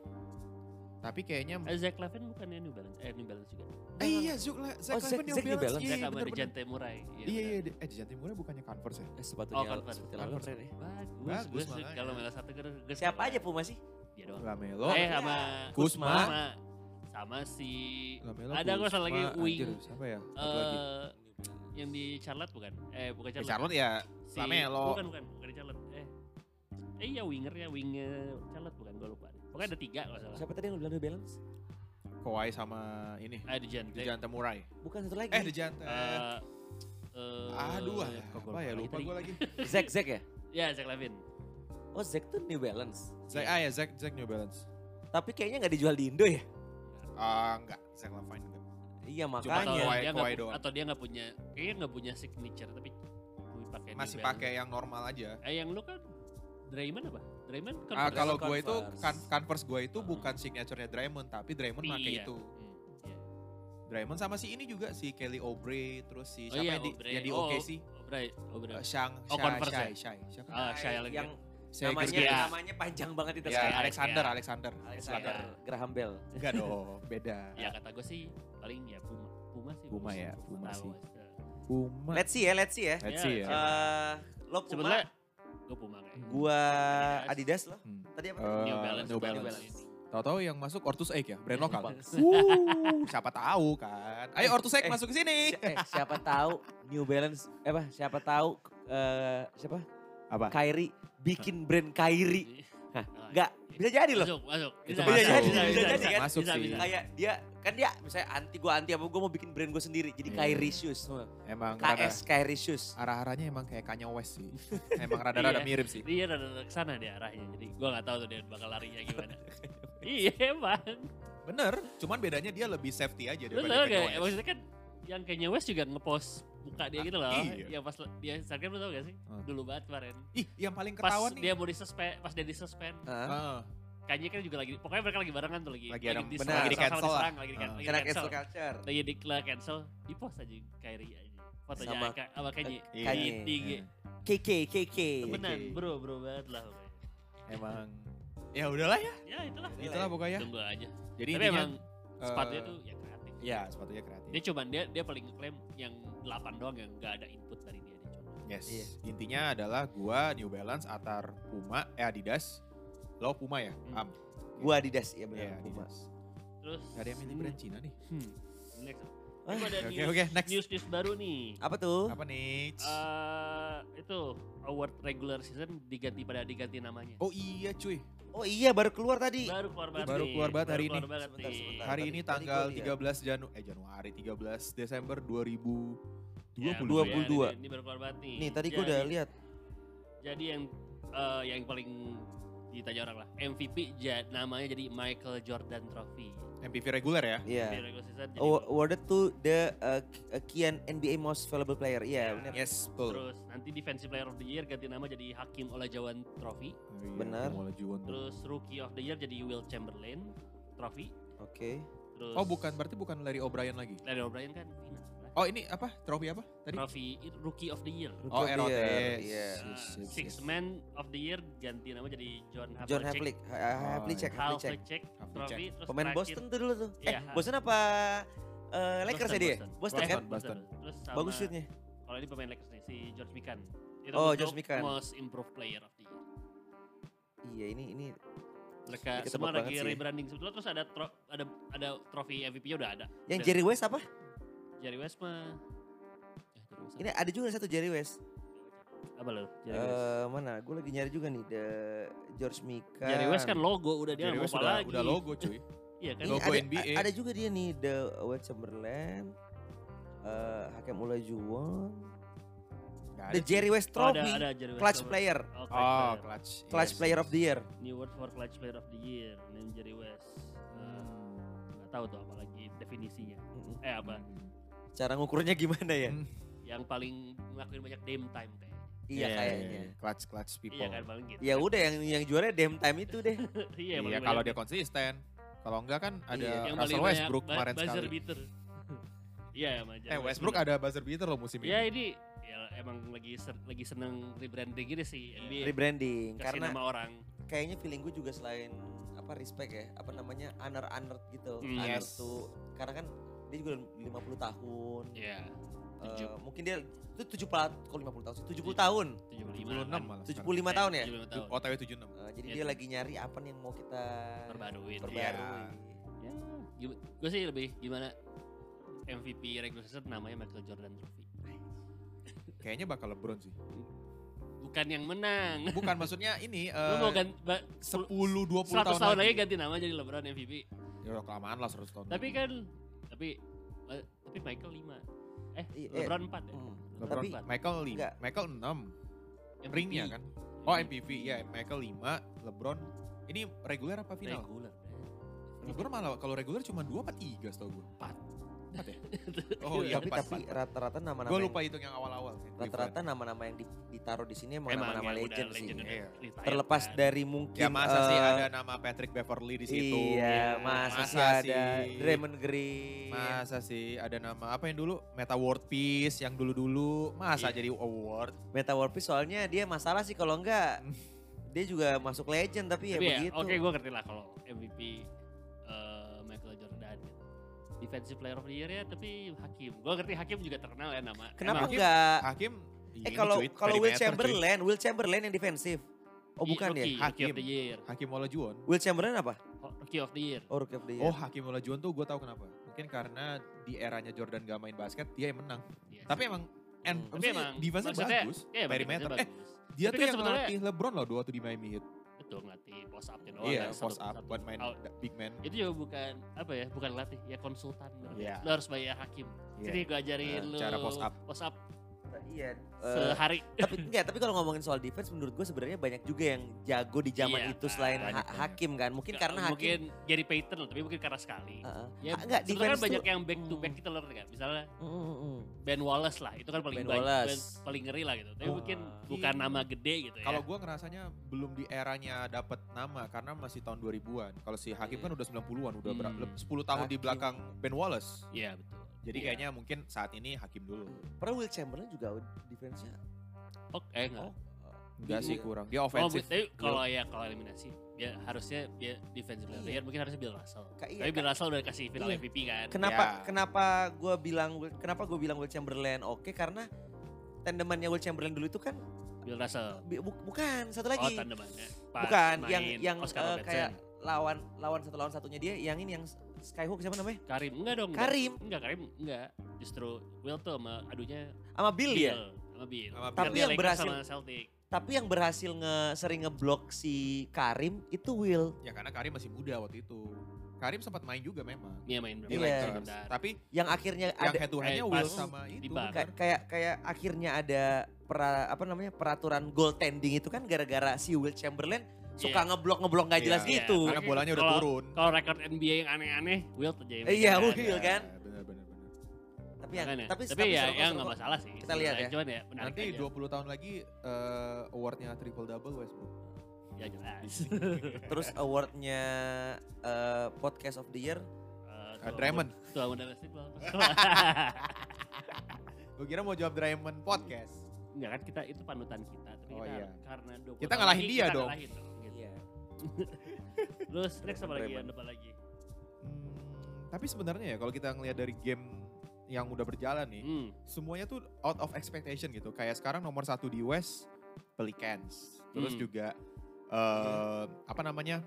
Speaker 1: Tapi kayaknya
Speaker 2: Eh, Zach Levin bukannya New Balance? Eh New Balance juga.
Speaker 1: eh iya Zuk lah, Zach
Speaker 3: Oh, Zach-
Speaker 1: Levin yang
Speaker 3: Zach di
Speaker 1: balance. Iya,
Speaker 3: balance.
Speaker 1: iya,
Speaker 2: Zach sama
Speaker 1: bener, bener.
Speaker 2: Dejante Murray.
Speaker 1: Iya, iya, di- eh Dejan Timurnya bukannya Converse ya?
Speaker 3: Eh, sepatunya
Speaker 2: Oh, Converse.
Speaker 3: sepatu lama
Speaker 1: Converse.
Speaker 3: keren ya.
Speaker 2: Bagus,
Speaker 1: Bagus
Speaker 2: bagus gue
Speaker 1: makanya.
Speaker 2: kalau Mela satu gue gue suka
Speaker 3: Siapa aja
Speaker 2: banget.
Speaker 3: Puma sih?
Speaker 2: Dia doang.
Speaker 1: Lamelo,
Speaker 2: eh sama
Speaker 1: Kuzma.
Speaker 2: Sama, sama si
Speaker 1: Lamelo
Speaker 2: ada gue salah lagi
Speaker 1: Kuzma,
Speaker 2: Wing.
Speaker 1: anjir, siapa ya? Satu lagi.
Speaker 2: Eh yang di Charlotte bukan? Eh bukan
Speaker 1: Ya,
Speaker 2: Charlotte.
Speaker 1: Charlotte ya
Speaker 2: si,
Speaker 1: Lamelo.
Speaker 2: Bukan bukan bukan di Charlotte. Eh Eh iya wingernya, winger Charlotte bukan gue lupa. Pokoknya ada tiga kalau salah.
Speaker 3: Siapa tadi yang lu bilang New Balance?
Speaker 1: Kawhi sama ini
Speaker 2: Ah Dejante.
Speaker 1: Dejan Temurai.
Speaker 3: Bukan satu lagi.
Speaker 1: Eh Dejan Tem-
Speaker 2: Eh, eh,
Speaker 1: Aduh,
Speaker 2: kok gua
Speaker 1: apa ya lupa
Speaker 2: tadi?
Speaker 1: gue lagi.
Speaker 3: Zack Zack ya?
Speaker 2: Ya, Zach Lavin.
Speaker 3: Oh Zack tuh New Balance.
Speaker 1: Zack ah ya Zack Zack New Balance.
Speaker 3: Tapi kayaknya nggak dijual di Indo ya?
Speaker 1: Ah enggak, Zack Levine enggak.
Speaker 3: Iya
Speaker 1: Kawhi-
Speaker 2: Atau
Speaker 3: makanya.
Speaker 2: dia
Speaker 1: Kawhi
Speaker 2: nggak pu-
Speaker 1: doang.
Speaker 2: atau dia nggak punya, kayaknya nggak punya signature tapi gue pakai New
Speaker 1: Masih
Speaker 2: Balance.
Speaker 1: pakai yang normal aja.
Speaker 2: Eh yang lu kan Draymond apa? Draymond kan
Speaker 1: Ah,
Speaker 2: pakai-
Speaker 1: kalau gue itu
Speaker 3: Converse.
Speaker 1: kan Converse gue itu
Speaker 2: Ah.
Speaker 1: bukan signaturenya Draymond tapi Draymond pakai
Speaker 2: Iya.
Speaker 1: itu.
Speaker 2: Hmm, iya.
Speaker 1: Draymond sama si ini juga si Kelly Oubre terus si
Speaker 2: Oh
Speaker 1: siapa
Speaker 2: iya,
Speaker 1: yang di,
Speaker 2: Oubre.
Speaker 1: yang di
Speaker 2: Oh,
Speaker 1: OKC
Speaker 2: Obray, Obray.
Speaker 1: Eh, Shang
Speaker 2: Oh,
Speaker 1: Shai-
Speaker 2: Converse
Speaker 1: Shai
Speaker 2: ya?
Speaker 1: Shai siapa?
Speaker 3: eh,
Speaker 2: Ah, Shai Alexander.
Speaker 3: yang
Speaker 1: Shai
Speaker 3: namanya
Speaker 1: Gilgeous.
Speaker 2: Gergis.
Speaker 3: namanya panjang banget itu
Speaker 1: Ya,
Speaker 2: Shai
Speaker 3: sekarang.
Speaker 1: Alexander,
Speaker 2: ya.
Speaker 1: Alexander.
Speaker 3: Alexander
Speaker 2: Shai.
Speaker 3: Graham Bell.
Speaker 1: Enggak dong, beda.
Speaker 2: Ya kata gue sih paling ya Puma. Puma sih.
Speaker 1: Puma
Speaker 2: bagus.
Speaker 1: ya, Puma
Speaker 2: Tahu,
Speaker 1: sih.
Speaker 2: eh,
Speaker 1: Puma.
Speaker 3: Let's see ya, let's see ya.
Speaker 1: Let's
Speaker 2: Ya,
Speaker 1: see ya.
Speaker 2: let's
Speaker 3: Eh lo
Speaker 2: Sebetulnya
Speaker 3: Puma,
Speaker 2: gue Puma kayak.
Speaker 3: gua Adidas lo.
Speaker 1: Hmm.
Speaker 3: Tadi apa?
Speaker 1: Eh,
Speaker 3: tadi?
Speaker 2: New Balance.
Speaker 1: New
Speaker 2: juga
Speaker 1: Balance.
Speaker 2: lumayan.
Speaker 1: Tahu-tahu yang masuk Ortus Egg ya, brand
Speaker 2: Iya,
Speaker 3: Eh,
Speaker 1: lokal.
Speaker 3: bagus.
Speaker 1: Wuh, siapa tahu kan. Ayo Ortus Egg
Speaker 3: Eh,
Speaker 1: masuk ke sini.
Speaker 3: Si- eh, siapa tahu New Balance eh apa siapa tahu eh siapa
Speaker 1: Apa?
Speaker 3: Kyrie bikin brand Kyrie Hah,
Speaker 2: Oh,
Speaker 3: nggak bisa jadi loh
Speaker 2: Masuk, masuk.
Speaker 1: Itu
Speaker 2: Bisa,
Speaker 1: masuk.
Speaker 2: bisa,
Speaker 1: Bisa
Speaker 2: bisa,
Speaker 1: jadi,
Speaker 2: bisa,
Speaker 3: bisa
Speaker 2: bisa,
Speaker 3: jadi kan?
Speaker 1: Masuk
Speaker 2: bisa,
Speaker 1: sih.
Speaker 2: bisa.
Speaker 3: kayak dia kan dia misalnya anti gue anti apa gue mau bikin brand gue sendiri jadi
Speaker 1: Iya.
Speaker 3: Kyrie shoes semua.
Speaker 1: Emang rada,
Speaker 3: KS Kyrie shoes
Speaker 1: arah-arahnya emang kayak Kanye West sih. Emang rada-rada
Speaker 2: Iya.
Speaker 1: mirip sih.
Speaker 2: Iya, udah ke sana dia arahnya. Jadi gue nggak tahu tuh dia bakal larinya gimana. iya, emang.
Speaker 1: Bener, cuman bedanya dia lebih safety aja
Speaker 2: Lu
Speaker 1: daripada
Speaker 2: tau
Speaker 1: Kanye
Speaker 2: gak?
Speaker 1: West.
Speaker 2: Maksudnya kan yang Kanye West juga ngepost muka dia gitu loh.
Speaker 1: Ah, iya.
Speaker 2: Yang pas le- dia Instagram lu tau gak sih?
Speaker 1: Hmm.
Speaker 2: Dulu banget kemarin.
Speaker 1: Ih, yang paling
Speaker 2: Pas
Speaker 1: ketahuan nih.
Speaker 2: dia mau disuspend, pas dia disuspend.
Speaker 3: Heeh.
Speaker 1: Ah,
Speaker 2: Kanye kan juga lagi, pokoknya mereka lagi barengan tuh lagi.
Speaker 1: Lagi ada-
Speaker 2: dis-
Speaker 3: benar.
Speaker 2: lagi di cancel
Speaker 1: Sama-sama
Speaker 2: lah. Lagi di
Speaker 1: Ah.
Speaker 2: cancel.
Speaker 3: karena
Speaker 2: Lagi di
Speaker 3: cancel
Speaker 2: cancel.
Speaker 3: culture
Speaker 2: Lagi di la- cancel, di post aja Kyrie aja. Fotonya
Speaker 3: Sama
Speaker 2: sama, sama Kanye.
Speaker 1: Kanye.
Speaker 2: Di,
Speaker 3: gitu.
Speaker 2: di,
Speaker 1: Iya.
Speaker 3: KK KK
Speaker 2: temenan,
Speaker 1: Kanye.
Speaker 2: bro, bro banget lah pokoknya.
Speaker 1: emang ya udahlah ya.
Speaker 2: Ya itulah.
Speaker 1: Itulah pokoknya.
Speaker 2: Tunggu aja.
Speaker 1: Jadi
Speaker 2: Tapi
Speaker 1: intinya,
Speaker 2: emang
Speaker 1: eh,
Speaker 2: sepatunya tuh ya kreatif.
Speaker 1: ya sepatunya kreatif.
Speaker 2: Dia cuman dia dia paling klaim yang 8 doang yang nggak ada input dari dia. dia cuma.
Speaker 1: Yes.
Speaker 3: Iya.
Speaker 1: Intinya adalah gua New Balance, Atar Puma, eh Adidas. Lo Puma ya?
Speaker 2: Hmm.
Speaker 1: Am.
Speaker 3: gue Adidas
Speaker 1: Iya,
Speaker 3: ya benar Puma.
Speaker 1: Adidas.
Speaker 2: Terus
Speaker 1: Gak ada yang milih
Speaker 2: hmm,
Speaker 1: brand Cina nih.
Speaker 2: Hmm. Next.
Speaker 3: Wah,
Speaker 2: Ini ada
Speaker 1: Oke,
Speaker 2: news,
Speaker 1: oke, next.
Speaker 2: news news baru nih.
Speaker 3: apa tuh
Speaker 1: Apa nih?
Speaker 2: Eh, itu tuh award regular season diganti pada diganti namanya.
Speaker 1: Oh iya cuy.
Speaker 3: Oh iya baru keluar tadi.
Speaker 2: Baru keluar banget.
Speaker 1: Baru
Speaker 2: nih,
Speaker 1: keluar banget hari
Speaker 2: keluar Ya,
Speaker 1: ini.
Speaker 2: banget
Speaker 3: Sebentar,
Speaker 2: nih.
Speaker 3: sebentar.
Speaker 1: Hari
Speaker 3: Nah, tadi-
Speaker 1: ini
Speaker 3: tadi
Speaker 1: tanggal
Speaker 3: gua ya. lihat.
Speaker 1: 13 Janu eh Januari 13 Desember 2020.
Speaker 2: Ya,
Speaker 3: puluh
Speaker 2: ya,
Speaker 3: 22.
Speaker 2: Ini, ini baru keluar banget nih.
Speaker 3: Nih tadi gue udah
Speaker 2: Jadi-
Speaker 3: lihat.
Speaker 2: Jadi yang eh, yang paling ditanya orang lah MVP ja- namanya jadi Michael Jordan Trophy.
Speaker 1: MPV reguler ya.
Speaker 3: Iya.
Speaker 2: Di regular season jadi
Speaker 3: Awa-
Speaker 1: Oh,
Speaker 3: Awarded to the uh, K- uh, Kian NBA Most Valuable Player.
Speaker 2: Ya.
Speaker 3: Iya benar.
Speaker 1: Yes, betul.
Speaker 2: Terus nanti Defensive Player of the Year ganti nama jadi Hakim Olajuwon Trophy.
Speaker 1: Iya,
Speaker 3: Benar.
Speaker 2: Terus Rookie of the Year jadi Will Chamberlain Trophy.
Speaker 3: Oke.
Speaker 2: Terus
Speaker 1: Oh bukan, berarti bukan Larry O'Brien lagi.
Speaker 2: Larry O'Brien kan final lah.
Speaker 1: Oh ini apa? Trofi apa tadi?
Speaker 2: Trophy Rookie of the Year.
Speaker 3: Rookie
Speaker 1: Oh,
Speaker 3: of the
Speaker 1: ROTS.
Speaker 3: Year. Iya.
Speaker 2: Nah,
Speaker 3: Yes, yes,
Speaker 2: Six
Speaker 3: yes.
Speaker 2: Man of the Year ganti nama jadi John Havlicek.
Speaker 3: John Havlicek. Ha-
Speaker 1: Oh,
Speaker 3: ha- Havlicek.
Speaker 2: Hal
Speaker 3: Havlicek.
Speaker 2: Havlicek
Speaker 1: Havlicek.
Speaker 2: Trophy. Terus
Speaker 3: Pemain
Speaker 2: iya. terakhir-
Speaker 3: Boston tuh dulu tuh. Eh
Speaker 2: Iya, ha-
Speaker 3: Boston apa uh, Lakers ya dia? Boston kan.
Speaker 1: Boston.
Speaker 2: Terus sama
Speaker 3: Bagus shootnya.
Speaker 2: Kalau ini pemain Lakers nih si George Mikan. Itu
Speaker 3: Oh,
Speaker 2: untuk
Speaker 3: George Mikan.
Speaker 2: Most improved player of the year.
Speaker 3: Iya ini ini.
Speaker 2: Mereka
Speaker 3: Ini ketebak
Speaker 2: semua lagi
Speaker 3: banget sih.
Speaker 2: rebranding sebetulnya terus ada tro- ada ada trofi MVP -nya udah ada.
Speaker 3: Yang
Speaker 2: Udah.
Speaker 3: Jerry West apa?
Speaker 2: Jerry West mah Ya, Jerry West
Speaker 3: Ini ada juga satu Jerry West.
Speaker 2: apa lo? Jerry West.
Speaker 3: Eh mana? Gue lagi nyari juga nih the George Mika.
Speaker 2: Jerry West kan logo udah dia
Speaker 1: Jerry
Speaker 2: mau
Speaker 1: West
Speaker 2: apa
Speaker 1: udah,
Speaker 2: lagi?
Speaker 1: udah logo cuy.
Speaker 2: Iya kan?
Speaker 3: Ini
Speaker 1: Logo
Speaker 3: ada,
Speaker 1: NBA.
Speaker 3: a- ada juga dia nih The Will Chamberlain, eh Hakem Olajuwon,
Speaker 1: Nggak
Speaker 3: The
Speaker 1: ada.
Speaker 3: Jerry West
Speaker 2: Oh, ada
Speaker 3: Trophy,
Speaker 2: ada Jerry West.
Speaker 3: Clutch
Speaker 2: logo.
Speaker 3: Player,
Speaker 2: Oh, clutch
Speaker 1: Oh,
Speaker 2: player.
Speaker 1: clutch.
Speaker 3: Clutch
Speaker 1: Yes,
Speaker 3: Player
Speaker 1: yes.
Speaker 3: of the Year.
Speaker 2: New Award for Clutch Player of the Year, name Jerry West.
Speaker 1: Hmm.
Speaker 2: Eh, Nggak tahu tuh apalagi definisinya.
Speaker 3: Mm-mm.
Speaker 2: Eh apa?
Speaker 3: Cara ngukurnya gimana ya?
Speaker 1: Hmm.
Speaker 2: Yang paling ngelakuin banyak game time kayaknya.
Speaker 3: Iya
Speaker 1: Yeah,
Speaker 3: kayaknya.
Speaker 1: Clutch clutch people.
Speaker 2: Iya kan paling gitu.
Speaker 3: Ya udah yang yang juara damn time itu deh.
Speaker 1: Iya,
Speaker 2: iya, paling
Speaker 1: kalau
Speaker 2: banyak.
Speaker 1: dia konsisten. Kalau enggak kan ada
Speaker 3: Iya.
Speaker 2: Yang paling
Speaker 1: Russell
Speaker 2: banyak
Speaker 1: Westbrook
Speaker 2: bu-
Speaker 1: kemarin
Speaker 2: buzzer
Speaker 1: sekali.
Speaker 2: beater. Iya,
Speaker 1: Eh
Speaker 2: emang Jerry
Speaker 1: Westbrook ada buzzer beater loh musim ini.
Speaker 2: Ya ini ya emang lagi ser- lagi seneng rebranding gini sih
Speaker 1: Iya.
Speaker 2: NBA.
Speaker 3: Rebranding
Speaker 2: Iya. Kasih
Speaker 3: karena
Speaker 2: nama orang.
Speaker 3: kayaknya feeling gue juga selain apa respect ya, apa namanya honor honor gitu.
Speaker 2: Hmm,
Speaker 3: Honor
Speaker 1: yes.
Speaker 3: tuh karena kan dia juga udah 50 tahun.
Speaker 2: Iya.
Speaker 3: Eh,
Speaker 2: tujuh-
Speaker 3: mungkin dia itu 70 kalau 50 tahun sih, 70 tahun.
Speaker 2: 75
Speaker 1: 76 malah.
Speaker 3: 75
Speaker 1: sekarang. Oh,
Speaker 3: tahun ya?
Speaker 2: 75 tahun.
Speaker 1: OTW 76.
Speaker 3: Eh, jadi
Speaker 2: Iya
Speaker 3: dia
Speaker 2: sih.
Speaker 3: lagi nyari apa nih yang mau kita
Speaker 2: Perbaruin. Iya.
Speaker 3: perbarui.
Speaker 2: Ya, gue sih lebih gimana MVP regular season namanya Michael Jordan Trophy.
Speaker 1: Kayaknya bakal LeBron sih.
Speaker 2: Bukan yang
Speaker 3: Eh,
Speaker 2: menang.
Speaker 1: Bukan maksudnya ini
Speaker 2: Lu
Speaker 1: eh
Speaker 2: mau ganti ba-
Speaker 1: 10 20
Speaker 2: 100 tahun,
Speaker 1: tahun,
Speaker 2: lagi ganti nama jadi LeBron MVP.
Speaker 1: Ya udah kelamaan lah 100 tahun.
Speaker 2: Tapi
Speaker 1: lagi.
Speaker 2: kan tapi eh, tapi Michael 5. Eh,
Speaker 3: Iya, eh,
Speaker 2: LeBron 4 ya.
Speaker 3: Hmm.
Speaker 1: LeBron,
Speaker 3: tapi-
Speaker 2: empat.
Speaker 1: Michael li-
Speaker 3: Enggak.
Speaker 1: Michael 6.
Speaker 2: ya?
Speaker 1: Ringnya kan. Oh MPV ya Michael 5, LeBron ini reguler apa final?
Speaker 2: Regular.
Speaker 1: LeBron malah kalau reguler cuma 2 apa 3 setahu gue.
Speaker 2: Empat.
Speaker 1: 4 ya? Oh iya
Speaker 3: tapi
Speaker 1: 4.
Speaker 3: tapi rata-rata nama-nama
Speaker 1: Gue
Speaker 3: yang-
Speaker 1: lupa hitung yang awal-awal sih.
Speaker 3: rata-rata nama-nama yang di- ditaruh di sini emang
Speaker 2: Emang
Speaker 3: nama-nama
Speaker 2: yang udah
Speaker 3: legend,
Speaker 2: legend
Speaker 3: sih.
Speaker 2: udah
Speaker 1: Iya.
Speaker 2: retired
Speaker 3: Terlepas
Speaker 2: kan.
Speaker 3: dari mungkin
Speaker 1: Ya masa sih
Speaker 3: eh,
Speaker 1: ada nama Patrick Beverly di situ.
Speaker 3: Iya,
Speaker 2: Ya,
Speaker 3: masa,
Speaker 1: masa
Speaker 3: sih ada
Speaker 1: sih.
Speaker 3: Draymond Green.
Speaker 1: Masa sih ada nama apa yang dulu? Meta World Peace yang dulu-dulu. Masa
Speaker 2: Iya.
Speaker 1: jadi award?
Speaker 3: Meta War Piece soalnya dia masalah sih kalau enggak dia juga masuk legend
Speaker 2: Tapi
Speaker 3: tapi, ya,
Speaker 2: ya,
Speaker 3: begitu.
Speaker 2: Oke, gue ngerti lah kalau MVP eh, Michael Jordan. Defensive Player of the Year ya, tapi Hakim. Gue ngerti Hakim juga terkenal ya nama.
Speaker 3: Kenapa
Speaker 1: Hakim-
Speaker 3: enggak?
Speaker 1: Hakim Iya,
Speaker 3: Eh
Speaker 1: ini
Speaker 3: kalau
Speaker 1: cuy,
Speaker 3: kalau Will
Speaker 1: perimeter, cuy.
Speaker 3: Chamberlain, Will Chamberlain yang defensif. Oh
Speaker 2: Iya,
Speaker 3: bukan ya?
Speaker 2: Rookie, Rookie of
Speaker 1: Hakim.
Speaker 2: the Year.
Speaker 1: Hakim Olajuwon.
Speaker 3: Will Chamberlain apa?
Speaker 2: Ho- Rookie of the Year.
Speaker 3: Oh Rookie of the Year.
Speaker 1: Oh Hakim Olajuwon tuh gue tahu kenapa. Mungkin karena di eranya Jordan gak main basket dia yang menang.
Speaker 2: Iya.
Speaker 1: Tapi emang and
Speaker 3: Hmm.
Speaker 2: tapi emang
Speaker 1: defense
Speaker 2: maksudnya-
Speaker 1: bagus.
Speaker 2: Iya, emang
Speaker 1: perimeter.
Speaker 2: defense-nya
Speaker 1: Eh
Speaker 2: bagus.
Speaker 1: dia tuh
Speaker 2: Tapi kan
Speaker 1: yang
Speaker 2: sebetulnya-
Speaker 1: ngelatih LeBron loh waktu di Miami Heat.
Speaker 2: Betul ngerti post up doang
Speaker 1: Iya,
Speaker 2: kan,
Speaker 1: post
Speaker 2: satu-
Speaker 1: up
Speaker 2: satu
Speaker 1: buat main
Speaker 2: out.
Speaker 1: big man.
Speaker 2: Itu juga bukan apa ya? Bukan latih, ya konsultan.
Speaker 1: Iya.
Speaker 2: Lo harus bayar Hakim. Sini
Speaker 1: Iya.
Speaker 2: gue ajarin
Speaker 1: Eh,
Speaker 2: lu ya.
Speaker 1: cara post up.
Speaker 2: Post up
Speaker 3: Iya. eh,
Speaker 2: sehari.
Speaker 3: tapi enggak, tapi kalau ngomongin soal defense menurut gue sebenarnya banyak juga yang jago di zaman
Speaker 2: Iya,
Speaker 3: itu selain
Speaker 1: banyak,
Speaker 3: Ha-
Speaker 1: banyak.
Speaker 3: Hakim kan. Mungkin
Speaker 2: Nggak,
Speaker 3: karena Hakim
Speaker 2: mungkin jadi Payton loh, tapi mungkin karena sekali.
Speaker 3: Heeh.
Speaker 2: Ya,
Speaker 3: Ah, enggak,
Speaker 2: sebetulnya
Speaker 3: defense
Speaker 2: kan banyak
Speaker 3: tuh-
Speaker 2: yang back to back
Speaker 3: Hmm.
Speaker 2: kita loh kan. Misalnya
Speaker 3: Mm, mm, mm.
Speaker 2: Ben Wallace lah, itu kan paling
Speaker 3: Ben
Speaker 2: baik-
Speaker 3: Wallace.
Speaker 2: ben- paling ngeri lah gitu. Tapi
Speaker 3: Oh.
Speaker 2: mungkin bukan
Speaker 1: Iya.
Speaker 2: nama gede gitu ya.
Speaker 1: Kalau gue ngerasanya belum di eranya dapat nama karena masih tahun 2000-an. Kalau si Hakim kan udah 90-an, udah ber-
Speaker 2: Iya. Hmm.
Speaker 1: leb- 10 tahun di
Speaker 3: Hakim.
Speaker 1: belakang Ben Wallace.
Speaker 2: Iya betul.
Speaker 1: Jadi
Speaker 2: Iya.
Speaker 1: kayaknya mungkin saat ini Hakim dulu.
Speaker 3: Padahal Will Chamberlain juga defense-nya.
Speaker 2: oke eh, enggak.
Speaker 3: Oh,
Speaker 1: Enggak
Speaker 3: Iya.
Speaker 1: sih kurang. Dia
Speaker 2: Oh,
Speaker 1: ofensif.
Speaker 2: tapi kalau ya kalau eliminasi dia harusnya dia defensive player of the
Speaker 3: Iya.
Speaker 2: year, mungkin harusnya Bill Russell.
Speaker 3: Ka- iya,
Speaker 2: tapi Bill
Speaker 3: Kak.
Speaker 2: Russell udah kasih final
Speaker 3: Iya.
Speaker 2: MVP kan.
Speaker 3: Kenapa
Speaker 1: Ya.
Speaker 3: kenapa gua bilang Will- kenapa gua bilang Will Chamberlain oke karena tandemannya Will Chamberlain dulu itu kan
Speaker 2: Bill Russell.
Speaker 3: bi- bu- bukan satu
Speaker 2: Oh,
Speaker 3: lagi.
Speaker 2: tandemannya. Pas
Speaker 3: bukan
Speaker 2: main
Speaker 3: yang yang
Speaker 2: Oscar
Speaker 3: eh,
Speaker 2: Robertson.
Speaker 3: kayak lawan lawan satu lawan satunya dia yang ini yang Skyhook siapa namanya?
Speaker 2: Karim enggak dong.
Speaker 3: Karim.
Speaker 2: Enggak, Karim enggak. Justru Will tuh sama adunya
Speaker 3: Sama Bill, ya.
Speaker 2: Bill. Sama sama Bill.
Speaker 1: Sama Bill.
Speaker 2: Biar dia
Speaker 3: Tapi yang
Speaker 2: Lakers
Speaker 3: berhasil-
Speaker 2: sama Celtic.
Speaker 3: Tapi yang berhasil nge sering ngeblok si Karim itu Will.
Speaker 1: Ya karena Karim masih muda waktu itu. Karim sempat main juga memang.
Speaker 2: Dia main
Speaker 1: Di
Speaker 2: berapa
Speaker 3: Iya.
Speaker 1: Lakers.
Speaker 2: sebentar.
Speaker 1: Tapi
Speaker 3: Yang akhirnya
Speaker 1: yang
Speaker 3: ada
Speaker 1: head to headnya
Speaker 2: eh,
Speaker 1: Will
Speaker 2: pas
Speaker 1: sama
Speaker 2: di
Speaker 1: itu. kan.
Speaker 2: bar.
Speaker 1: bukan?
Speaker 3: Ka- kayak kayak akhirnya ada pra- apa namanya peraturan goaltending itu kan gara-gara si Will Chamberlain suka ngeblok ngeblok nggak jelas
Speaker 2: Iya.
Speaker 3: gitu.
Speaker 1: Karena bolanya udah
Speaker 2: Kalau-
Speaker 1: turun.
Speaker 2: Kalau rekor NBA yang aneh-aneh, Wilt aja yang
Speaker 3: Eh, iya,
Speaker 2: megang.
Speaker 3: Will kan.
Speaker 1: Benar-benar.
Speaker 3: Tapi
Speaker 1: Iya,
Speaker 3: yang
Speaker 2: Makanya.
Speaker 3: tapi,
Speaker 2: tapi, ya
Speaker 3: seru kok,
Speaker 2: yang
Speaker 3: seru
Speaker 2: nggak
Speaker 3: kok.
Speaker 2: masalah sih.
Speaker 3: Kita lihat
Speaker 2: sebenarnya.
Speaker 3: ya.
Speaker 2: Cuman ya menarik
Speaker 1: Nanti
Speaker 2: aja.
Speaker 1: 20 tahun lagi eh, awardnya triple double Westbrook.
Speaker 2: Ya jelas.
Speaker 3: Terus awardnya eh, podcast of the year
Speaker 2: Eh,
Speaker 1: Eh,
Speaker 2: tua-
Speaker 1: Draymond.
Speaker 2: Tua muda basketball.
Speaker 1: Gue kira mau jawab Draymond podcast.
Speaker 2: Enggak kan kita itu panutan kita. Tapi
Speaker 1: Oh,
Speaker 2: kita
Speaker 1: iya.
Speaker 2: karena 20
Speaker 1: Kita
Speaker 2: tahun
Speaker 1: ngalahin
Speaker 2: lagi,
Speaker 1: dia
Speaker 2: kita
Speaker 1: dong.
Speaker 2: ngalahin gitu.
Speaker 3: Iya.
Speaker 2: Terus next apa lagi
Speaker 3: Draymond.
Speaker 2: yang depan lagi?
Speaker 1: Hmm, tapi sebenarnya ya kalau kita ngelihat dari game yang udah berjalan nih,
Speaker 2: Hmm.
Speaker 1: semuanya tuh out of expectation gitu. Kayak sekarang nomor satu di West Pelicans, terus
Speaker 2: Hmm.
Speaker 1: juga eh, apa namanya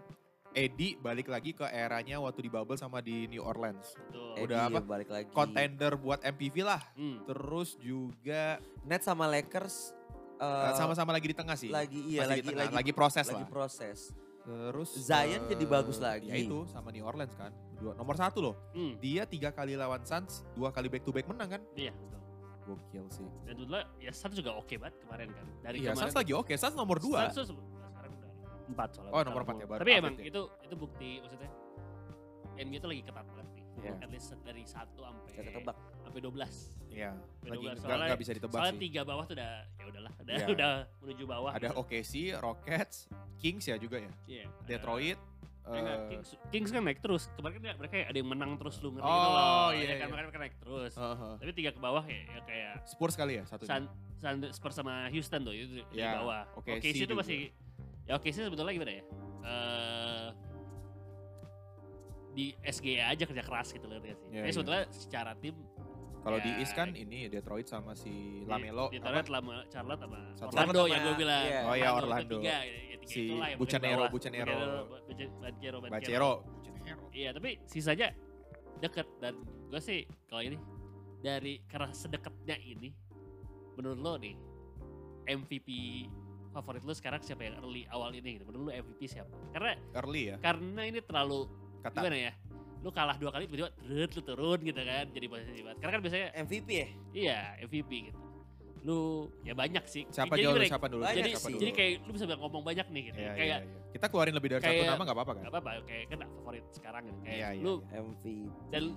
Speaker 1: Eddie balik lagi ke eranya waktu di bubble sama di New Orleans.
Speaker 2: Betul.
Speaker 1: Eh,
Speaker 3: Eddie
Speaker 1: apa?
Speaker 3: iya, balik lagi.
Speaker 1: Contender buat MPV lah.
Speaker 2: Hmm.
Speaker 1: Terus juga
Speaker 3: Net sama Lakers eh,
Speaker 1: eh, sama-sama lagi di tengah sih.
Speaker 3: lagi iya
Speaker 1: Masih
Speaker 3: lagi
Speaker 1: di tengah,
Speaker 3: lagi,
Speaker 1: lagi proses
Speaker 3: lagi
Speaker 1: lah.
Speaker 3: proses.
Speaker 1: Terus
Speaker 3: Zion
Speaker 1: eh,
Speaker 3: jadi bagus lagi.
Speaker 1: Ya itu sama New Orleans kan. Dua, nomor satu loh.
Speaker 2: Hmm.
Speaker 1: Dia tiga kali lawan Suns, dua kali back to back menang kan.
Speaker 2: Iya, betul.
Speaker 1: Gokil sih.
Speaker 2: Dan dulu ya Suns juga oke banget kemarin kan. Dari
Speaker 1: Iya,
Speaker 2: kemarin.
Speaker 1: Suns lagi oke. Suns nomor dua.
Speaker 2: Suns tuh se- sekarang udah empat soalnya.
Speaker 1: Oh, nomor empat ya, baru
Speaker 2: Tapi
Speaker 1: update
Speaker 2: emang
Speaker 1: ya.
Speaker 2: itu itu bukti maksudnya NBA itu lagi ketat banget nih.
Speaker 1: Iya.
Speaker 2: At least dari satu sampai
Speaker 3: Gak ketebak.
Speaker 2: sampai 12.
Speaker 1: Iya. Lagi
Speaker 2: Beda banget.
Speaker 1: nggak
Speaker 2: Soalnya-
Speaker 1: nggak bisa ditebak
Speaker 2: Soalnya
Speaker 1: sih.
Speaker 2: tiga bawah tuh udah ya udahlah, udah
Speaker 1: Iya.
Speaker 2: udah menuju bawah.
Speaker 1: Ada
Speaker 2: gitu.
Speaker 1: OKC, Rockets, Kings ya juga ya.
Speaker 2: Iya, ada-
Speaker 1: Detroit.
Speaker 2: Eh, enggak,
Speaker 1: eh,
Speaker 2: Kings, Kings kan naik terus. Kemarin kan mereka ada yang menang terus lu ngerti
Speaker 1: Oh,
Speaker 2: gitu loh.
Speaker 1: iya,
Speaker 2: Ya kan
Speaker 1: iya.
Speaker 2: mereka mereka naik terus.
Speaker 1: heeh.
Speaker 2: Tapi tiga ke bawah ya, ya kayak
Speaker 1: Spurs kali ya satunya.
Speaker 2: San, San Spurs sama Houston tuh itu di- di
Speaker 1: Ya,
Speaker 2: bawah.
Speaker 1: OKC
Speaker 2: OKC itu
Speaker 1: juga.
Speaker 2: masih ya OKC sebetulnya gimana ya? Eh di SGA aja kerja keras gitu loh ngerti nggak sih.
Speaker 1: Ya,
Speaker 2: Tapi
Speaker 1: iya.
Speaker 2: sebetulnya secara tim
Speaker 1: Kalau di
Speaker 2: Ya,
Speaker 1: East kan ini Detroit sama si
Speaker 2: di-
Speaker 1: Lamelo.
Speaker 2: di
Speaker 1: apa?
Speaker 2: Detroit, Lama, Charlotte sama
Speaker 1: Satu
Speaker 2: Orlando
Speaker 3: sama-
Speaker 2: yang gue bilang.
Speaker 3: iya.
Speaker 1: Oh, iya, Orlando.
Speaker 2: Tiga, ya, tiga
Speaker 1: Si
Speaker 2: itulah yang
Speaker 1: Bucanero,
Speaker 2: paling bawah.
Speaker 1: Bucanero.
Speaker 2: Bucanero, Bucanero, Bucanero.
Speaker 1: Bacero. Bucanero.
Speaker 2: Iya tapi sisanya deket dan gue sih kalau ini dari karena sedekatnya ini menurut lo nih MVP favorit lo sekarang siapa yang early awal ini gitu. menurut lo MVP siapa karena
Speaker 1: Early ya.
Speaker 2: karena ini terlalu
Speaker 1: Kata
Speaker 2: gimana ya lu kalah dua kali tiba-tiba terut lu turun gitu kan jadi posisi banget karena kan biasanya
Speaker 3: MVP ya?
Speaker 2: iya MVP gitu lu ya banyak sih
Speaker 1: siapa
Speaker 2: jadi,
Speaker 1: jawab
Speaker 2: gimana ya,
Speaker 1: siapa dulu?
Speaker 3: Banyak
Speaker 2: jadi,
Speaker 1: siapa
Speaker 3: sih.
Speaker 1: dulu?
Speaker 2: jadi kayak lu bisa bilang ngomong banyak nih gitu
Speaker 1: Iya,
Speaker 2: kayak
Speaker 1: iya, iya. Kita keluarin lebih dari satu
Speaker 2: kayak-
Speaker 1: nama nggak apa-apa kan?
Speaker 2: nggak apa-apa kayak kena favorit sekarang gitu kayak
Speaker 1: Iya, iya,
Speaker 2: lu
Speaker 1: iya.
Speaker 3: MVP.
Speaker 2: Dan-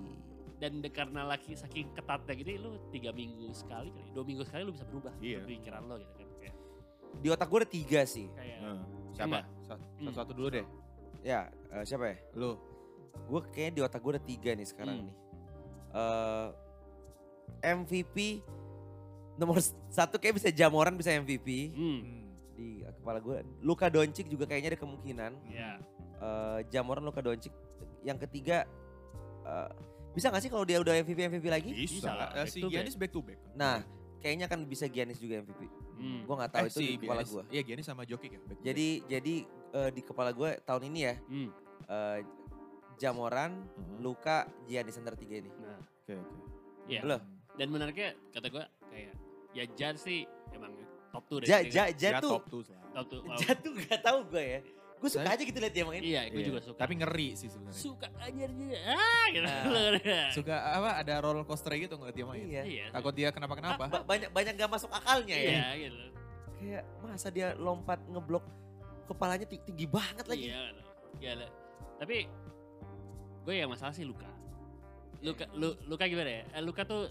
Speaker 2: dan de- karena laki saking ketatnya gitu lu tiga minggu sekali kali dua minggu sekali lu bisa berubah
Speaker 1: Iya.
Speaker 2: pikiran lo gitu kan kayak
Speaker 3: Di otak gue ada tiga sih.
Speaker 2: kayak
Speaker 1: Nah, Siapa? Sa-
Speaker 2: Hmm.
Speaker 1: Satu-satu dulu deh.
Speaker 3: Ya, eh, siapa ya?
Speaker 1: Lu.
Speaker 3: Gue kayaknya di otak gue ada tiga nih sekarang
Speaker 2: Hmm.
Speaker 3: nih. Eh MVP nomor s- satu kayak bisa Jamoran bisa MVP
Speaker 2: hmm,
Speaker 1: Hmm.
Speaker 3: di eh, kepala gue. Luka Doncic juga kayaknya ada kemungkinan.
Speaker 2: ya
Speaker 3: Eh Jamoran Luka Doncic. Yang ketiga eh, bisa gak sih kalau dia udah MVP MVP lagi?
Speaker 2: Bisa lah,
Speaker 1: Eh,
Speaker 2: back
Speaker 1: Si
Speaker 2: to back.
Speaker 1: Giannis back to back.
Speaker 3: Nah, kayaknya akan bisa Giannis juga MVP.
Speaker 2: hmm.
Speaker 3: Gue nggak tahu
Speaker 1: Eh,
Speaker 3: itu di kepala
Speaker 1: Giannis-
Speaker 3: gue.
Speaker 1: Iya Giannis sama Jokic ya. back to
Speaker 3: Jadi jadi eh, di kepala gue tahun ini ya
Speaker 2: hmm.
Speaker 3: eh, Jamoran,
Speaker 1: back. Hmm.
Speaker 3: Luka, Giannis center tiga ini.
Speaker 2: nah
Speaker 1: Oke oke. Hmm.
Speaker 2: ya
Speaker 3: Loh.
Speaker 2: dan menariknya kata gue kayak ya Jan sih emang top two deh
Speaker 3: Ja,
Speaker 2: gitu
Speaker 3: ja,
Speaker 2: kan.
Speaker 3: ja
Speaker 1: Dia
Speaker 3: tuh,
Speaker 1: top two lah.
Speaker 2: top two wow.
Speaker 3: ja tuh gak tau gue ya. Gue suka
Speaker 1: Saya-
Speaker 3: aja gitu liat dia main.
Speaker 2: iya gue
Speaker 1: Iya,
Speaker 2: juga suka
Speaker 1: Tapi ngeri sih sebenarnya.
Speaker 2: suka aja dia ah gitu
Speaker 3: Nah.
Speaker 1: Suka apa ada roller coaster gitu ngeliat dia main.
Speaker 3: Iya.
Speaker 2: iya
Speaker 1: Takut dia kenapa-kenapa.
Speaker 2: Ah,
Speaker 3: Ba- banyak banyak gak masuk akalnya ya.
Speaker 2: iya gitu
Speaker 3: Kayak masa dia lompat ngeblok kepalanya ti- tinggi banget lagi.
Speaker 2: Iya, kan. Gila. Tapi gue yang masalah sih Luka. Luka, lu, Luka gimana ya? Eh, Luka tuh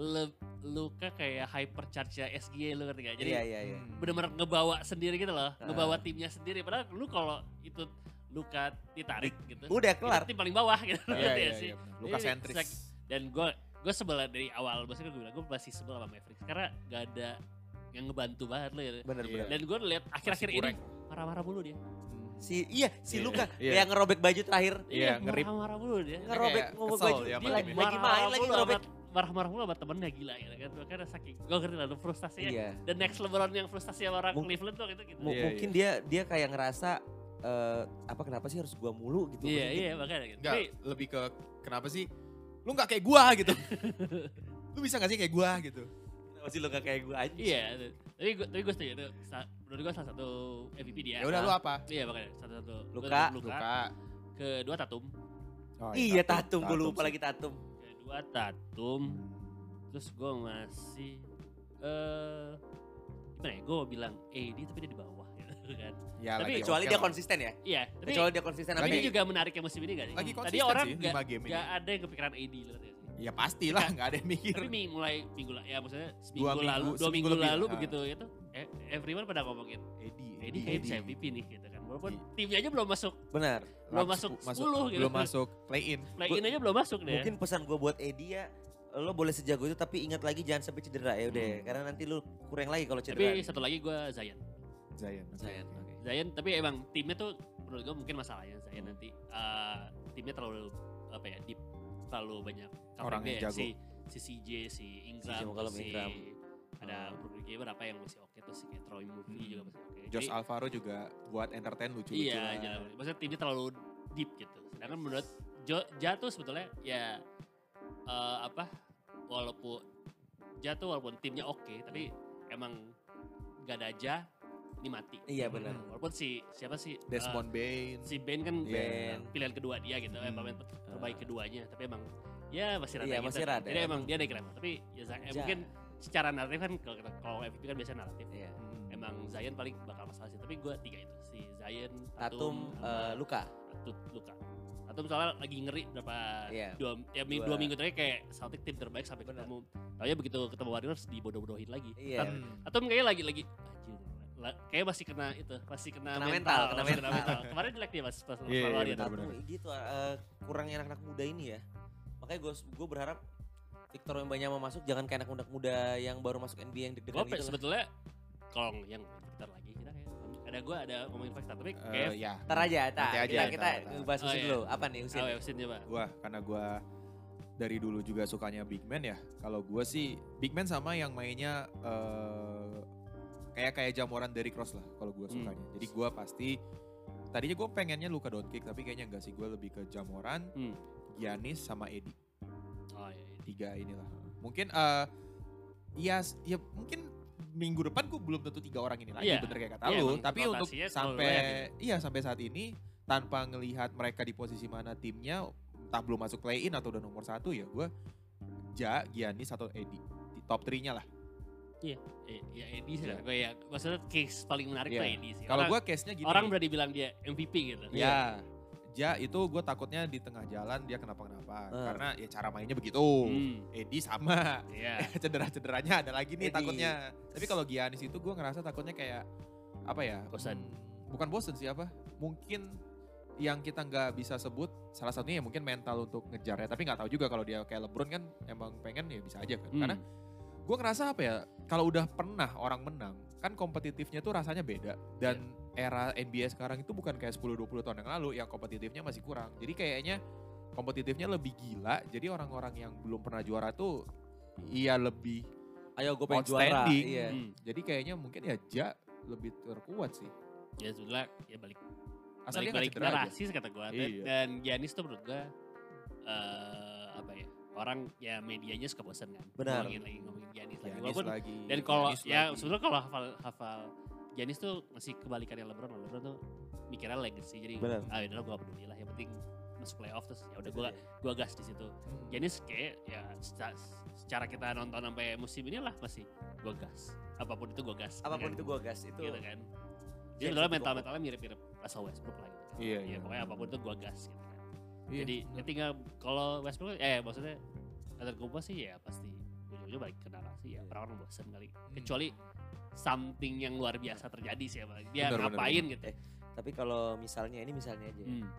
Speaker 2: le- Luka kayak hypercharge ya SG lu ngerti gak? Jadi
Speaker 3: Iya iya iya.
Speaker 1: Hmm.
Speaker 2: bener-bener ngebawa sendiri gitu loh,
Speaker 3: Ah.
Speaker 2: ngebawa timnya sendiri. Padahal lu kalau itu Luka ditarik gitu,
Speaker 3: Udah kelar.
Speaker 2: itu tim paling bawah gitu.
Speaker 1: Iya
Speaker 2: ngerti
Speaker 1: iya
Speaker 2: gak sih?
Speaker 1: iya. benar. Luka
Speaker 2: Jadi,
Speaker 1: sentris.
Speaker 2: sek- Dan gue gue sebel dari awal, maksudnya gue bilang gue masih sebel sama Mavericks karena gak ada yang ngebantu banget lu ya.
Speaker 3: Bener
Speaker 1: Iya.
Speaker 3: bener.
Speaker 2: Dan gue lihat akhir-akhir ini
Speaker 1: kurang.
Speaker 2: marah-marah mulu dia.
Speaker 3: Si iya
Speaker 1: Iya,
Speaker 3: si Luka
Speaker 1: iya.
Speaker 3: yang ngerobek baju terakhir.
Speaker 1: Iya, ngerip.
Speaker 2: Marah-marah mulu dia.
Speaker 1: Dia
Speaker 3: ngerobek-
Speaker 1: kayak
Speaker 3: ngerobek
Speaker 1: kesel
Speaker 3: baju,
Speaker 1: ya
Speaker 3: dia
Speaker 1: sama
Speaker 2: Gila,
Speaker 1: timnya.
Speaker 3: lagi main, lagi
Speaker 2: mulu
Speaker 3: ngerobek.
Speaker 2: sama- marah-marah mulu sama temennya gila gitu kan karena saking gue ngerti lah lu frustasinya
Speaker 3: Iya.
Speaker 2: the next LeBron yang frustasi sama orang
Speaker 3: Mung-
Speaker 2: Cleveland tuh gitu gitu
Speaker 3: Mu-
Speaker 1: Iya,
Speaker 3: mungkin dia dia kayak ngerasa eh, apa kenapa sih harus gua mulu gitu.
Speaker 2: iya
Speaker 3: Maksudnya
Speaker 2: iya makanya gitu
Speaker 1: Enggak,
Speaker 2: tapi
Speaker 1: lebih ke kenapa sih lu nggak kayak gua gitu. lu bisa gak sih kayak gua gitu.
Speaker 3: kenapa Masih lo gak kayak gue aja.
Speaker 2: Iya, tapi gue tapi gue setuju itu sa- menurut gue salah satu MVP dia.
Speaker 1: Ya udah lu
Speaker 2: Nah,
Speaker 1: apa?
Speaker 2: Iya makanya satu satu.
Speaker 3: Luka.
Speaker 2: Luka.
Speaker 1: kan?
Speaker 2: Kedua Tatum.
Speaker 1: Oh,
Speaker 3: Iya Tatum, gue lupa lagi Tatum.
Speaker 2: Kedua Tatum. Terus gue masih eh gimana ya? Gue bilang AD tapi dia di bawah gitu kan.
Speaker 1: Ya,
Speaker 2: Tapi
Speaker 1: lagi
Speaker 3: Kecuali
Speaker 1: oke
Speaker 3: dia
Speaker 1: lah.
Speaker 3: konsisten ya.
Speaker 2: Iya, tapi
Speaker 3: Kecuali dia konsisten
Speaker 2: tapi
Speaker 3: sampai
Speaker 2: ini juga menarik ya musim ini gak sih?
Speaker 1: Lagi
Speaker 2: Hmm. Tadi
Speaker 1: konsisten
Speaker 2: orang
Speaker 1: sih,
Speaker 2: gak,
Speaker 1: 5 game ini.
Speaker 2: gak ada yang kepikiran AD loh. ternyata.
Speaker 1: Ya pastilah, nggak ada yang mikir.
Speaker 2: Tapi mi- mulai minggu lalu, ya maksudnya seminggu
Speaker 1: Dua minggu,
Speaker 2: lalu, dua
Speaker 1: seminggu
Speaker 2: minggu,
Speaker 1: lebih.
Speaker 2: lalu
Speaker 1: Ah.
Speaker 2: begitu itu, eh, everyone pada ngomongin,
Speaker 1: Edi,
Speaker 2: Edi kayaknya bisa MVP nih gitu kan. Walaupun
Speaker 1: Iya.
Speaker 2: timnya aja belum masuk
Speaker 3: Benar.
Speaker 2: belum
Speaker 1: Laps-
Speaker 2: masuk
Speaker 1: bu-
Speaker 2: 10 gitu.
Speaker 1: Belum masuk play-in.
Speaker 2: play
Speaker 3: Gua-
Speaker 2: in aja belum masuk ya. deh.
Speaker 3: Mungkin pesan gue buat Edi ya, lo boleh sejago itu tapi ingat lagi jangan sampai cedera ya udah.
Speaker 1: Hmm.
Speaker 3: Karena nanti lo kurang lagi kalau
Speaker 2: tapi
Speaker 3: cedera.
Speaker 2: satu lagi gue Zion.
Speaker 1: Zion.
Speaker 3: Zion,
Speaker 1: oke.
Speaker 3: oke.
Speaker 2: Zion tapi emang timnya tuh menurut gue mungkin masalahnya Zion nanti eh, timnya terlalu apa ya deep terlalu banyak covering
Speaker 1: Orang yang
Speaker 2: dia.
Speaker 1: jago.
Speaker 2: si si CJ si Ingram
Speaker 3: McCollum,
Speaker 2: si
Speaker 3: Ingram.
Speaker 2: ada
Speaker 3: Hmm.
Speaker 2: Brooklyn Gamer apa yang masih oke tuh si kayak Troy Murphy
Speaker 1: Hmm.
Speaker 2: juga masih oke.
Speaker 1: Josh gitu.
Speaker 2: Jadi,
Speaker 1: Alvaro juga buat entertain lucu
Speaker 2: Iya, jalan. Maksudnya timnya terlalu deep gitu. Sedangkan menurut Jo, Ja tuh sebetulnya ya eh, apa walaupun Ja tuh walaupun timnya oke tapi emang gak ada Ja ini mati.
Speaker 3: Iya, benar.
Speaker 2: Walaupun si siapa sih eh,
Speaker 1: Desmond Bain.
Speaker 2: si Ben kan
Speaker 1: Iya.
Speaker 3: Ben.
Speaker 2: pilihan kedua dia gitu,
Speaker 1: Hmm.
Speaker 2: emang pemain ter- terbaik keduanya, tapi emang ya masih rada
Speaker 3: Ah. Iya,
Speaker 2: gitu.
Speaker 3: masih rada.
Speaker 2: Jadi emang dia naik level, tapi ya Zion- eh,
Speaker 3: Ja.
Speaker 2: mungkin secara naratif kan kalau kita- kalau MVP kan biasanya naratif.
Speaker 3: Iya.
Speaker 1: Hmm.
Speaker 2: Emang Zion paling bakal masalah sih, tapi gue tiga itu si Zion,
Speaker 3: Tatum, eh,
Speaker 2: sama-
Speaker 3: luka.
Speaker 2: Tatum luka. Tatum soalnya lagi ngeri berapa
Speaker 3: Iya.
Speaker 2: dua, ya, mi- dua
Speaker 3: Dua.
Speaker 2: minggu terakhir kayak Celtic tim terbaik sampai
Speaker 3: Benar.
Speaker 2: ketemu. Taunya begitu ketemu Warriors dibodoh-bodohin lagi.
Speaker 3: Iya.
Speaker 2: Tat-
Speaker 1: Hmm.
Speaker 2: Tatum kayaknya lagi lagi anjir. la- Kayaknya masih kena itu, masih kena,
Speaker 3: Kena mental, kena
Speaker 2: masih
Speaker 3: mental.
Speaker 2: Kemarin jelek dia pas pas
Speaker 1: Iya,
Speaker 2: pas
Speaker 1: iya,
Speaker 2: Warriors.
Speaker 1: benar.
Speaker 3: Tatum gitu eh, kurangnya anak-anak muda ini ya. Makanya gue gue berharap Victor Wembanyama mau masuk jangan kayak anak-anak muda yang baru masuk NBA yang
Speaker 2: Gue
Speaker 3: deg-degan gitu. lah.
Speaker 2: sebetulnya kalau yang bentar lagi kita kayak ada gue ada ngomongin fakta tapi
Speaker 1: Eh,
Speaker 2: kayak
Speaker 1: ya.
Speaker 3: Ntar aja, tak.
Speaker 1: Nanti aja,
Speaker 3: Kita,
Speaker 1: ntar,
Speaker 3: kita
Speaker 1: ntar.
Speaker 3: bahas
Speaker 2: Oh,
Speaker 3: Husin
Speaker 2: iya.
Speaker 3: dulu. Apa nih Husin?
Speaker 2: oh ya Husin coba.
Speaker 1: Gua karena gua dari dulu juga sukanya Big Man ya. Kalau gua sih Big Man sama yang mainnya eh, kayak kayak jamoran dari cross lah kalau gua
Speaker 2: Hmm.
Speaker 1: sukanya. Jadi gua pasti tadinya gue pengennya Luka Doncic tapi kayaknya enggak sih gue lebih ke Jamoran,
Speaker 2: Hmm.
Speaker 1: Giannis sama Edi.
Speaker 2: Oh iya. iya.
Speaker 1: tiga inilah. Mungkin eh ya ya mungkin minggu depan gue belum tentu tiga orang ini lagi
Speaker 2: Iya.
Speaker 1: bener kayak kata
Speaker 2: Iya,
Speaker 1: lu.
Speaker 2: emang
Speaker 1: Tapi untuk
Speaker 2: rotasinya selalu
Speaker 1: sampai
Speaker 2: banyak gitu.
Speaker 1: iya sampai saat ini tanpa ngelihat mereka di posisi mana timnya entah belum masuk play in atau udah nomor satu ya gue Ja, Giannis atau Edi di top 3-nya lah.
Speaker 2: Eh, Ya Edi sih
Speaker 1: Iya.
Speaker 2: lah. Gue ya maksudnya case paling menarik
Speaker 1: Iya.
Speaker 2: tuh Edi sih.
Speaker 1: Kalau
Speaker 2: Orang-
Speaker 1: gue case-nya gini.
Speaker 2: orang berani bilang dia MVP gitu.
Speaker 1: ya Ja itu gue takutnya di tengah jalan dia kenapa-kenapa
Speaker 3: Eh.
Speaker 1: karena ya cara mainnya begitu.
Speaker 2: Ah. Hmm.
Speaker 1: Edi sama
Speaker 2: Iya.
Speaker 1: cedera-cederanya ada lagi nih
Speaker 3: Jadi-
Speaker 1: takutnya. Tapi kalau Giannis itu gue ngerasa takutnya kayak apa ya?
Speaker 2: Bosan.
Speaker 1: hmm, bukan bosan sih apa? Mungkin yang kita nggak bisa sebut salah satunya ya mungkin mental untuk ngejar ya. Tapi nggak tahu juga kalau dia kayak LeBron kan emang pengen ya bisa aja kan. Karena
Speaker 2: Hmm.
Speaker 1: gue ngerasa apa ya? Kalau udah pernah orang menang kan kompetitifnya tuh rasanya beda dan
Speaker 2: Iya.
Speaker 1: era NBA sekarang itu bukan kayak 10-20 tahun yang lalu yang kompetitifnya masih kurang. Jadi kayaknya kompetitifnya lebih gila. Jadi orang-orang yang belum pernah juara tuh iya lebih
Speaker 3: Ayo gue pengen juara.
Speaker 1: Outstanding.
Speaker 3: Iya.
Speaker 2: Hmm.
Speaker 1: jadi kayaknya mungkin ya Ja lebih terkuat sih.
Speaker 2: Ya sebenernya ya balik
Speaker 1: Asal dia nggak
Speaker 2: balik balik
Speaker 1: cedera aja.
Speaker 2: rasis kata gue.
Speaker 1: Iya.
Speaker 2: Dan Giannis tuh menurut gue eh apa ya orang ya medianya suka bosan kan.
Speaker 3: Benar.
Speaker 2: Ngomongin lagi ngomongin Giannis lagi.
Speaker 1: Giannis
Speaker 2: Walaupun
Speaker 1: Iya, lagi.
Speaker 2: dan kalau
Speaker 1: Giannis
Speaker 2: ya
Speaker 1: lagi.
Speaker 2: sebetulnya kalau hafal hafal Giannis tuh masih kebalikannya LeBron. Kalau LeBron tuh mikirnya legacy jadi
Speaker 3: Benar. Iya.
Speaker 2: ah udah gue peduli lah yang penting masuk playoff terus ya udah
Speaker 3: Itu
Speaker 2: gue
Speaker 3: dia.
Speaker 2: gue gas di situ.
Speaker 1: Hmm.
Speaker 2: Giannis kayak ya secara, secara kita nonton sampai musim inilah masih gue gas. Apapun itu gue gas.
Speaker 3: Apapun
Speaker 2: Kan?
Speaker 3: itu gue gas itu.
Speaker 2: gitu kan. Jadi
Speaker 3: James
Speaker 2: sebenarnya
Speaker 3: itu
Speaker 2: mental-mentalnya mirip-mirip Russell Westbrook lah gitu.
Speaker 1: Iya,
Speaker 2: Ya,
Speaker 1: iya.
Speaker 2: pokoknya apapun itu gua gas gitu kan.
Speaker 1: Iya,
Speaker 2: Jadi ya
Speaker 1: bener.
Speaker 2: tinggal kalau Westbrook eh maksudnya Antetokounmpo sih ya pasti ujung-ujungnya balik ke dalam sih ya
Speaker 3: Iya.
Speaker 2: orang-orang bosan kali.
Speaker 1: Hmm.
Speaker 2: Kecuali something yang luar biasa terjadi sih emang. Dia
Speaker 1: Bener, bener,
Speaker 2: ngapain gitu.
Speaker 3: Eh, Tapi kalau misalnya ini misalnya aja, ya.
Speaker 2: Hmm.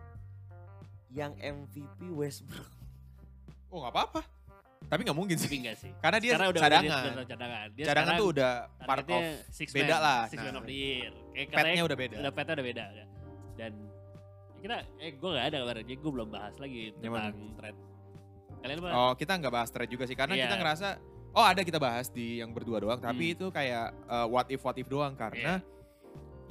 Speaker 3: yang MVP Westbrook.
Speaker 1: oh nggak apa-apa. Tapi nggak mungkin
Speaker 2: Tapi
Speaker 1: sih.
Speaker 2: enggak sih.
Speaker 1: Karena dia
Speaker 2: Sekarang udah
Speaker 1: cadangan.
Speaker 2: udah- udah cadangan. Dia
Speaker 1: cadangan
Speaker 2: sekarang
Speaker 1: tuh udah part of
Speaker 2: targetnya six
Speaker 1: beda
Speaker 2: man,
Speaker 1: lah.
Speaker 2: Six
Speaker 1: Nah,
Speaker 2: man of the year. Kayak katanya
Speaker 1: petnya udah beda.
Speaker 2: udah petnya udah beda udah. dan ya kita eh gue gak ada kabar jadi gue belum bahas lagi
Speaker 1: Yang mana?
Speaker 2: tentang trade kalian apa
Speaker 1: Oh kita nggak bahas trade juga sih karena
Speaker 2: Iya.
Speaker 1: kita ngerasa oh ada kita bahas di yang berdua doang tapi
Speaker 2: Hmm.
Speaker 1: itu kayak uh, what if what if doang karena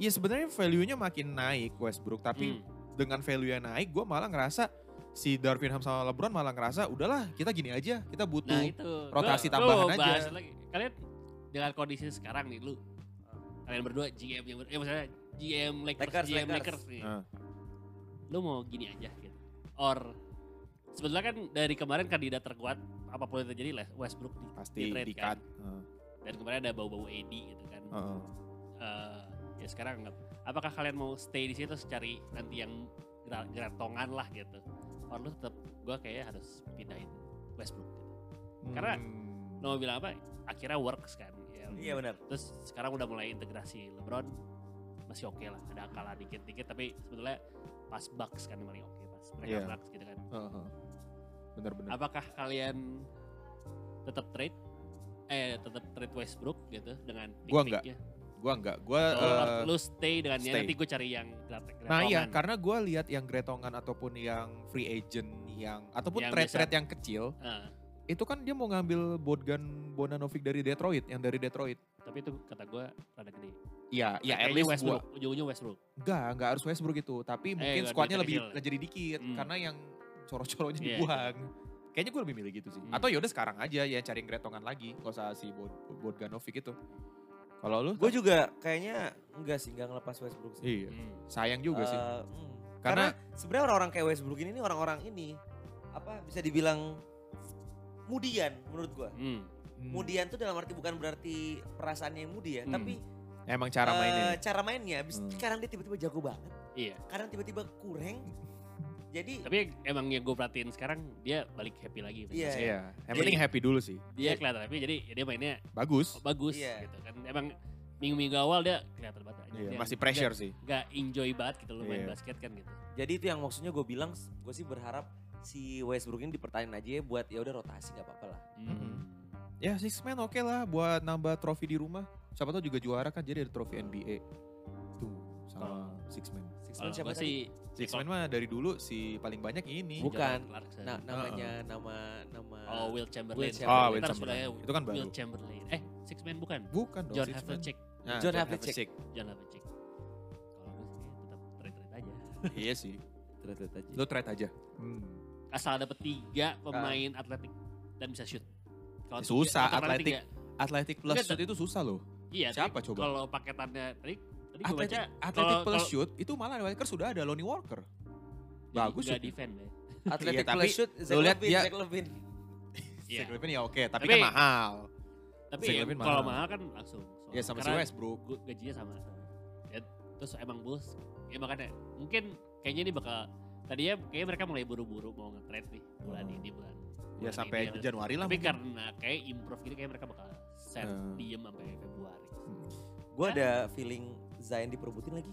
Speaker 1: ya sebenarnya value-nya makin naik Westbrook tapi
Speaker 2: Iya. Hmm,
Speaker 1: dengan value yang naik gue malah ngerasa si Darvin Ham sama LeBron malah ngerasa udahlah kita gini aja kita butuh
Speaker 2: nah itu
Speaker 1: rotasi
Speaker 2: gua- gua
Speaker 1: tambahan
Speaker 2: mau
Speaker 1: aja.
Speaker 2: bahas lagi. kalian dengan kondisi sekarang nih lu kalian berdua GM yang ber- eh, maksudnya GM Lakers,
Speaker 3: Lakers,
Speaker 2: GM
Speaker 3: Lakers.
Speaker 2: Lakers nih.
Speaker 1: Ah.
Speaker 2: Lu mau gini aja gitu. Or sebenarnya kan dari kemarin kandidat terkuat apapun yang terjadi lah Westbrook di,
Speaker 1: Pasti di
Speaker 2: trade kan.
Speaker 1: cut. Heeh,
Speaker 2: dan kemarin ada bau-bau AD gitu kan.
Speaker 1: heeh.
Speaker 2: Eh, ya sekarang nggak- apakah kalian mau stay di situ terus cari nanti yang gra- gerantongan lah gitu. Or lu tetap gua kayaknya harus pindahin Westbrook. Gitu. Karena-
Speaker 1: Hmm.
Speaker 2: Lu mau bilang apa? Akhirnya works kan. Ya,
Speaker 3: Iya benar.
Speaker 2: Terus sekarang udah mulai integrasi LeBron masih oke lah, ada kalah dikit-dikit tapi sebetulnya pas Bucks kan yang paling oke pas mereka
Speaker 1: Iya.
Speaker 2: Bucks gitu kan.
Speaker 1: Heeh. Bener-bener.
Speaker 2: Apakah kalian tetap trade eh tetap trade Westbrook gitu dengan
Speaker 1: Gua
Speaker 2: pick-picknya?
Speaker 1: Gua enggak. Gua
Speaker 2: Atau
Speaker 1: eh,
Speaker 2: lu stay dengan ya
Speaker 1: stay.
Speaker 2: nanti gue cari yang gratis.
Speaker 1: Nah iya, karena gue lihat yang gretongan ataupun yang free agent yang ataupun
Speaker 2: Yang
Speaker 1: trade-trade yang kecil, itu kan dia mau ngambil Bogdan Bonanovic dari Detroit, yang dari Detroit.
Speaker 2: tapi itu kata gue rada gede.
Speaker 1: Iya, ya at least
Speaker 2: Kayaknya
Speaker 1: gue
Speaker 2: Westbrook, ujung-ujungnya Westbrook.
Speaker 1: enggak, enggak harus Westbrook gitu, tapi mungkin
Speaker 2: nggak,
Speaker 1: squadnya
Speaker 2: duitnya
Speaker 1: lebih
Speaker 2: kecil.
Speaker 1: jadi dikit
Speaker 2: Hmm.
Speaker 1: karena yang coro-coronya
Speaker 2: Iya,
Speaker 1: dibuang. Kayaknya gue lebih milih gitu sih.
Speaker 2: Hmm.
Speaker 1: Atau yaudah sekarang aja ya cari yang gretongan lagi, gak usah si Bod Bogdanovic itu. Kalau lu?
Speaker 3: Gue juga kayaknya enggak sih enggak ngelepas Westbrook sih.
Speaker 1: Iya,
Speaker 2: Hmm.
Speaker 1: sayang juga sih.
Speaker 3: Eh, mm. Karena,
Speaker 1: Karena-
Speaker 3: sebenarnya orang-orang kayak Westbrook ini nih orang-orang ini apa bisa dibilang mudian menurut gua.
Speaker 2: Hmm.
Speaker 1: Hmm,
Speaker 3: Mudian tuh dalam arti bukan berarti perasaannya yang mudi ya,
Speaker 2: Hmm.
Speaker 3: tapi
Speaker 1: Emang cara
Speaker 3: eh,
Speaker 1: mainnya.
Speaker 3: cara mainnya. Abis
Speaker 1: Hmm.
Speaker 3: Sekarang dia tiba-tiba jago banget,
Speaker 2: Iya.
Speaker 3: kadang tiba-tiba kurang. Jadi
Speaker 2: Tapi emang yang gue perhatiin sekarang dia balik happy lagi.
Speaker 3: Iya.
Speaker 1: Iya, yang
Speaker 2: Jadi-
Speaker 1: penting happy dulu sih.
Speaker 2: Dia
Speaker 3: eh,
Speaker 2: kelihatan happy jadi ya dia mainnya
Speaker 1: Bagus.
Speaker 2: bagus
Speaker 3: Iya.
Speaker 2: gitu kan. Emang minggu-minggu awal dia kelihatan banget. aja.
Speaker 1: Iya,
Speaker 2: Dia
Speaker 1: masih pressure sih.
Speaker 2: Gak, gak enjoy banget gitu lo main
Speaker 1: Iya.
Speaker 2: basket kan gitu.
Speaker 3: Jadi itu yang maksudnya gue bilang, gue sih berharap si Westbrook ini dipertahankan aja ya buat ya udah rotasi nggak apa-apa lah.
Speaker 2: Hmm.
Speaker 1: Mm-mm. Ya six man oke lah buat nambah trofi di rumah. Siapa tahu juga juara kan jadi ada trofi NBA. Tuh sama six man.
Speaker 3: Six
Speaker 2: Kalau
Speaker 3: man siapa
Speaker 2: gue
Speaker 3: sih?
Speaker 2: sih
Speaker 1: Six man mah dari dulu si paling banyak ini.
Speaker 3: Bukan.
Speaker 2: Jordan Clarkson.
Speaker 3: Nah, namanya nama nama
Speaker 2: oh Will Chamberlain.
Speaker 1: Oh, Will
Speaker 3: Will Chamberlain.
Speaker 2: Ntar
Speaker 1: Chamberlain.
Speaker 2: sebenarnya
Speaker 1: Itu kan baru.
Speaker 2: Will Chamberlain. Eh, six man bukan.
Speaker 1: Bukan dong
Speaker 2: John
Speaker 1: six man.
Speaker 2: Havlicek.
Speaker 1: Nah,
Speaker 3: John Havlicek.
Speaker 2: John Havlicek. Kalau gue sih tetap trade-trade aja.
Speaker 1: iya sih.
Speaker 3: Terus aja.
Speaker 1: Lu trade aja.
Speaker 2: Hmm. Asal dapet
Speaker 1: Ah.
Speaker 2: tiga pemain atletik dan bisa shoot. Kalau
Speaker 1: Eh,
Speaker 2: tiga-
Speaker 1: Susah,
Speaker 2: atau paling
Speaker 1: atletik.
Speaker 2: tiga.
Speaker 1: Athletic plus
Speaker 2: Enggak,
Speaker 1: shoot itu susah loh.
Speaker 2: Iya,
Speaker 1: Siapa
Speaker 2: tapi
Speaker 1: coba?
Speaker 2: Kalau paketannya tadi, tadi gue baca.
Speaker 1: Athletic, athletic
Speaker 2: kalau-
Speaker 1: plus
Speaker 2: kalau-
Speaker 1: shoot itu malah Lakers sudah ada Lonnie Walker.
Speaker 2: jadi
Speaker 1: Bagus
Speaker 2: nggak
Speaker 1: shootnya.
Speaker 2: defend ya.
Speaker 3: Athletic
Speaker 1: Iya, tapi
Speaker 3: plus shoot, Zach
Speaker 1: lu lihat
Speaker 3: Levine,
Speaker 1: dia-
Speaker 3: Zach Levine.
Speaker 2: Iya.
Speaker 1: Zach Levine ya oke, tapi,
Speaker 2: Tapi-
Speaker 1: kan mahal.
Speaker 2: Tapi
Speaker 1: Zach
Speaker 2: ya,
Speaker 1: Levine
Speaker 2: kalau
Speaker 1: mahal.
Speaker 2: mahal kan langsung. soal.
Speaker 1: Ya sama si
Speaker 2: Karena
Speaker 1: Westbrook.
Speaker 2: gu- gajinya sama. Ya, terus emang Bulls, ya makanya mungkin kayaknya ini bakal tadinya kayaknya mereka mulai buru-buru mau nge-trade nih bulan
Speaker 1: Hmm.
Speaker 2: ini bulan.
Speaker 1: Ya
Speaker 2: bulan
Speaker 1: sampai
Speaker 2: ini ada-
Speaker 1: Januari lah.
Speaker 2: Tapi
Speaker 1: mungkin.
Speaker 2: karena kayak improve gitu kayak mereka bakal set
Speaker 1: Hmm.
Speaker 2: diem sampai Februari.
Speaker 3: Gue ada feeling Zion diperbutin lagi.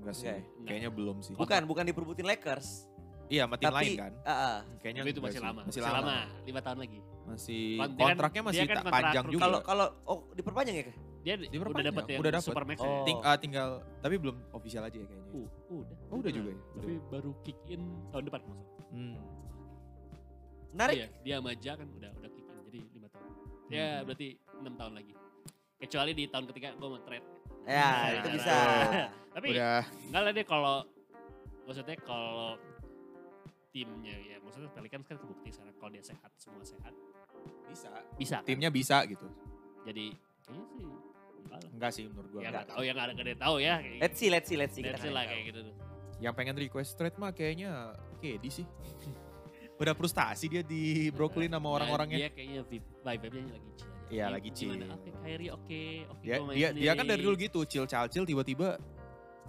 Speaker 1: Enggak sih.
Speaker 3: Enggak
Speaker 1: Kayaknya belum sih.
Speaker 3: Bukan, bukan diperbutin Lakers.
Speaker 1: Iya, sama tim
Speaker 3: Tapi-
Speaker 1: lain kan.
Speaker 3: Ah, ah.
Speaker 2: Iya.
Speaker 1: Kayaknya
Speaker 2: Tapi itu
Speaker 1: enggak
Speaker 2: masih
Speaker 1: sih.
Speaker 2: lama,
Speaker 1: Masih lama.
Speaker 2: lima tahun lagi.
Speaker 1: Masih
Speaker 2: Kan dia kan-
Speaker 1: kontraknya masih
Speaker 2: dia kan
Speaker 1: tak
Speaker 2: kontrak
Speaker 1: panjang
Speaker 2: terus.
Speaker 1: juga.
Speaker 3: Kalau kalau oh diperpanjang ya? Kak?
Speaker 2: Dia udah
Speaker 1: perpanjang,
Speaker 2: dapat yang
Speaker 1: udah dapet.
Speaker 2: Supermax ya?
Speaker 3: Oh.
Speaker 1: Ting- ah, tinggal tapi belum official aja ya kayaknya.
Speaker 2: U- udah.
Speaker 1: Oh, udah juga ya.
Speaker 2: Uh. Tapi baru kick in tahun depan maksudnya.
Speaker 1: Hmm.
Speaker 3: Menarik.
Speaker 2: Iya, dia sama Ja kan udah udah kick in, jadi lima tahun. Ya
Speaker 1: Hmm.
Speaker 2: berarti enam tahun lagi. Kecuali di tahun ketiga gue mau trade.
Speaker 3: Ya,
Speaker 2: Nah,
Speaker 3: itu
Speaker 2: nah,
Speaker 3: bisa.
Speaker 2: nah. Tapi
Speaker 1: Udah
Speaker 2: enggak lah deh kalau maksudnya kalau timnya ya maksudnya Pelicans kan kebukti sekarang kalau dia sehat semua sehat
Speaker 1: bisa.
Speaker 2: bisa kan?
Speaker 1: Timnya bisa gitu.
Speaker 2: jadi kayaknya sih enggak lah.
Speaker 1: Enggak sih menurut gua. enggak.
Speaker 2: yang Ya, nggak tahu yang nggak ada nggak ada yang tahu ya kayak
Speaker 3: Let's see, let's see, let's see.
Speaker 2: gitu.
Speaker 3: Kita
Speaker 2: Let's see
Speaker 3: nggak
Speaker 2: lah
Speaker 3: tahu.
Speaker 2: kayak gitu tuh.
Speaker 1: Yang pengen request trade mah kayaknya KD sih. udah frustasi dia di Brooklyn sama
Speaker 2: Nah,
Speaker 1: orang-orangnya.
Speaker 2: dia kayaknya vibe vibe-nya lagi chill aja
Speaker 1: Iya,
Speaker 2: Ini
Speaker 1: lagi chill.
Speaker 2: gimana? oke Kyrie oke oke
Speaker 1: Dia,
Speaker 2: gua main
Speaker 1: dia, dia kan dari
Speaker 2: sendiri.
Speaker 1: dulu gitu, chill chill tiba-tiba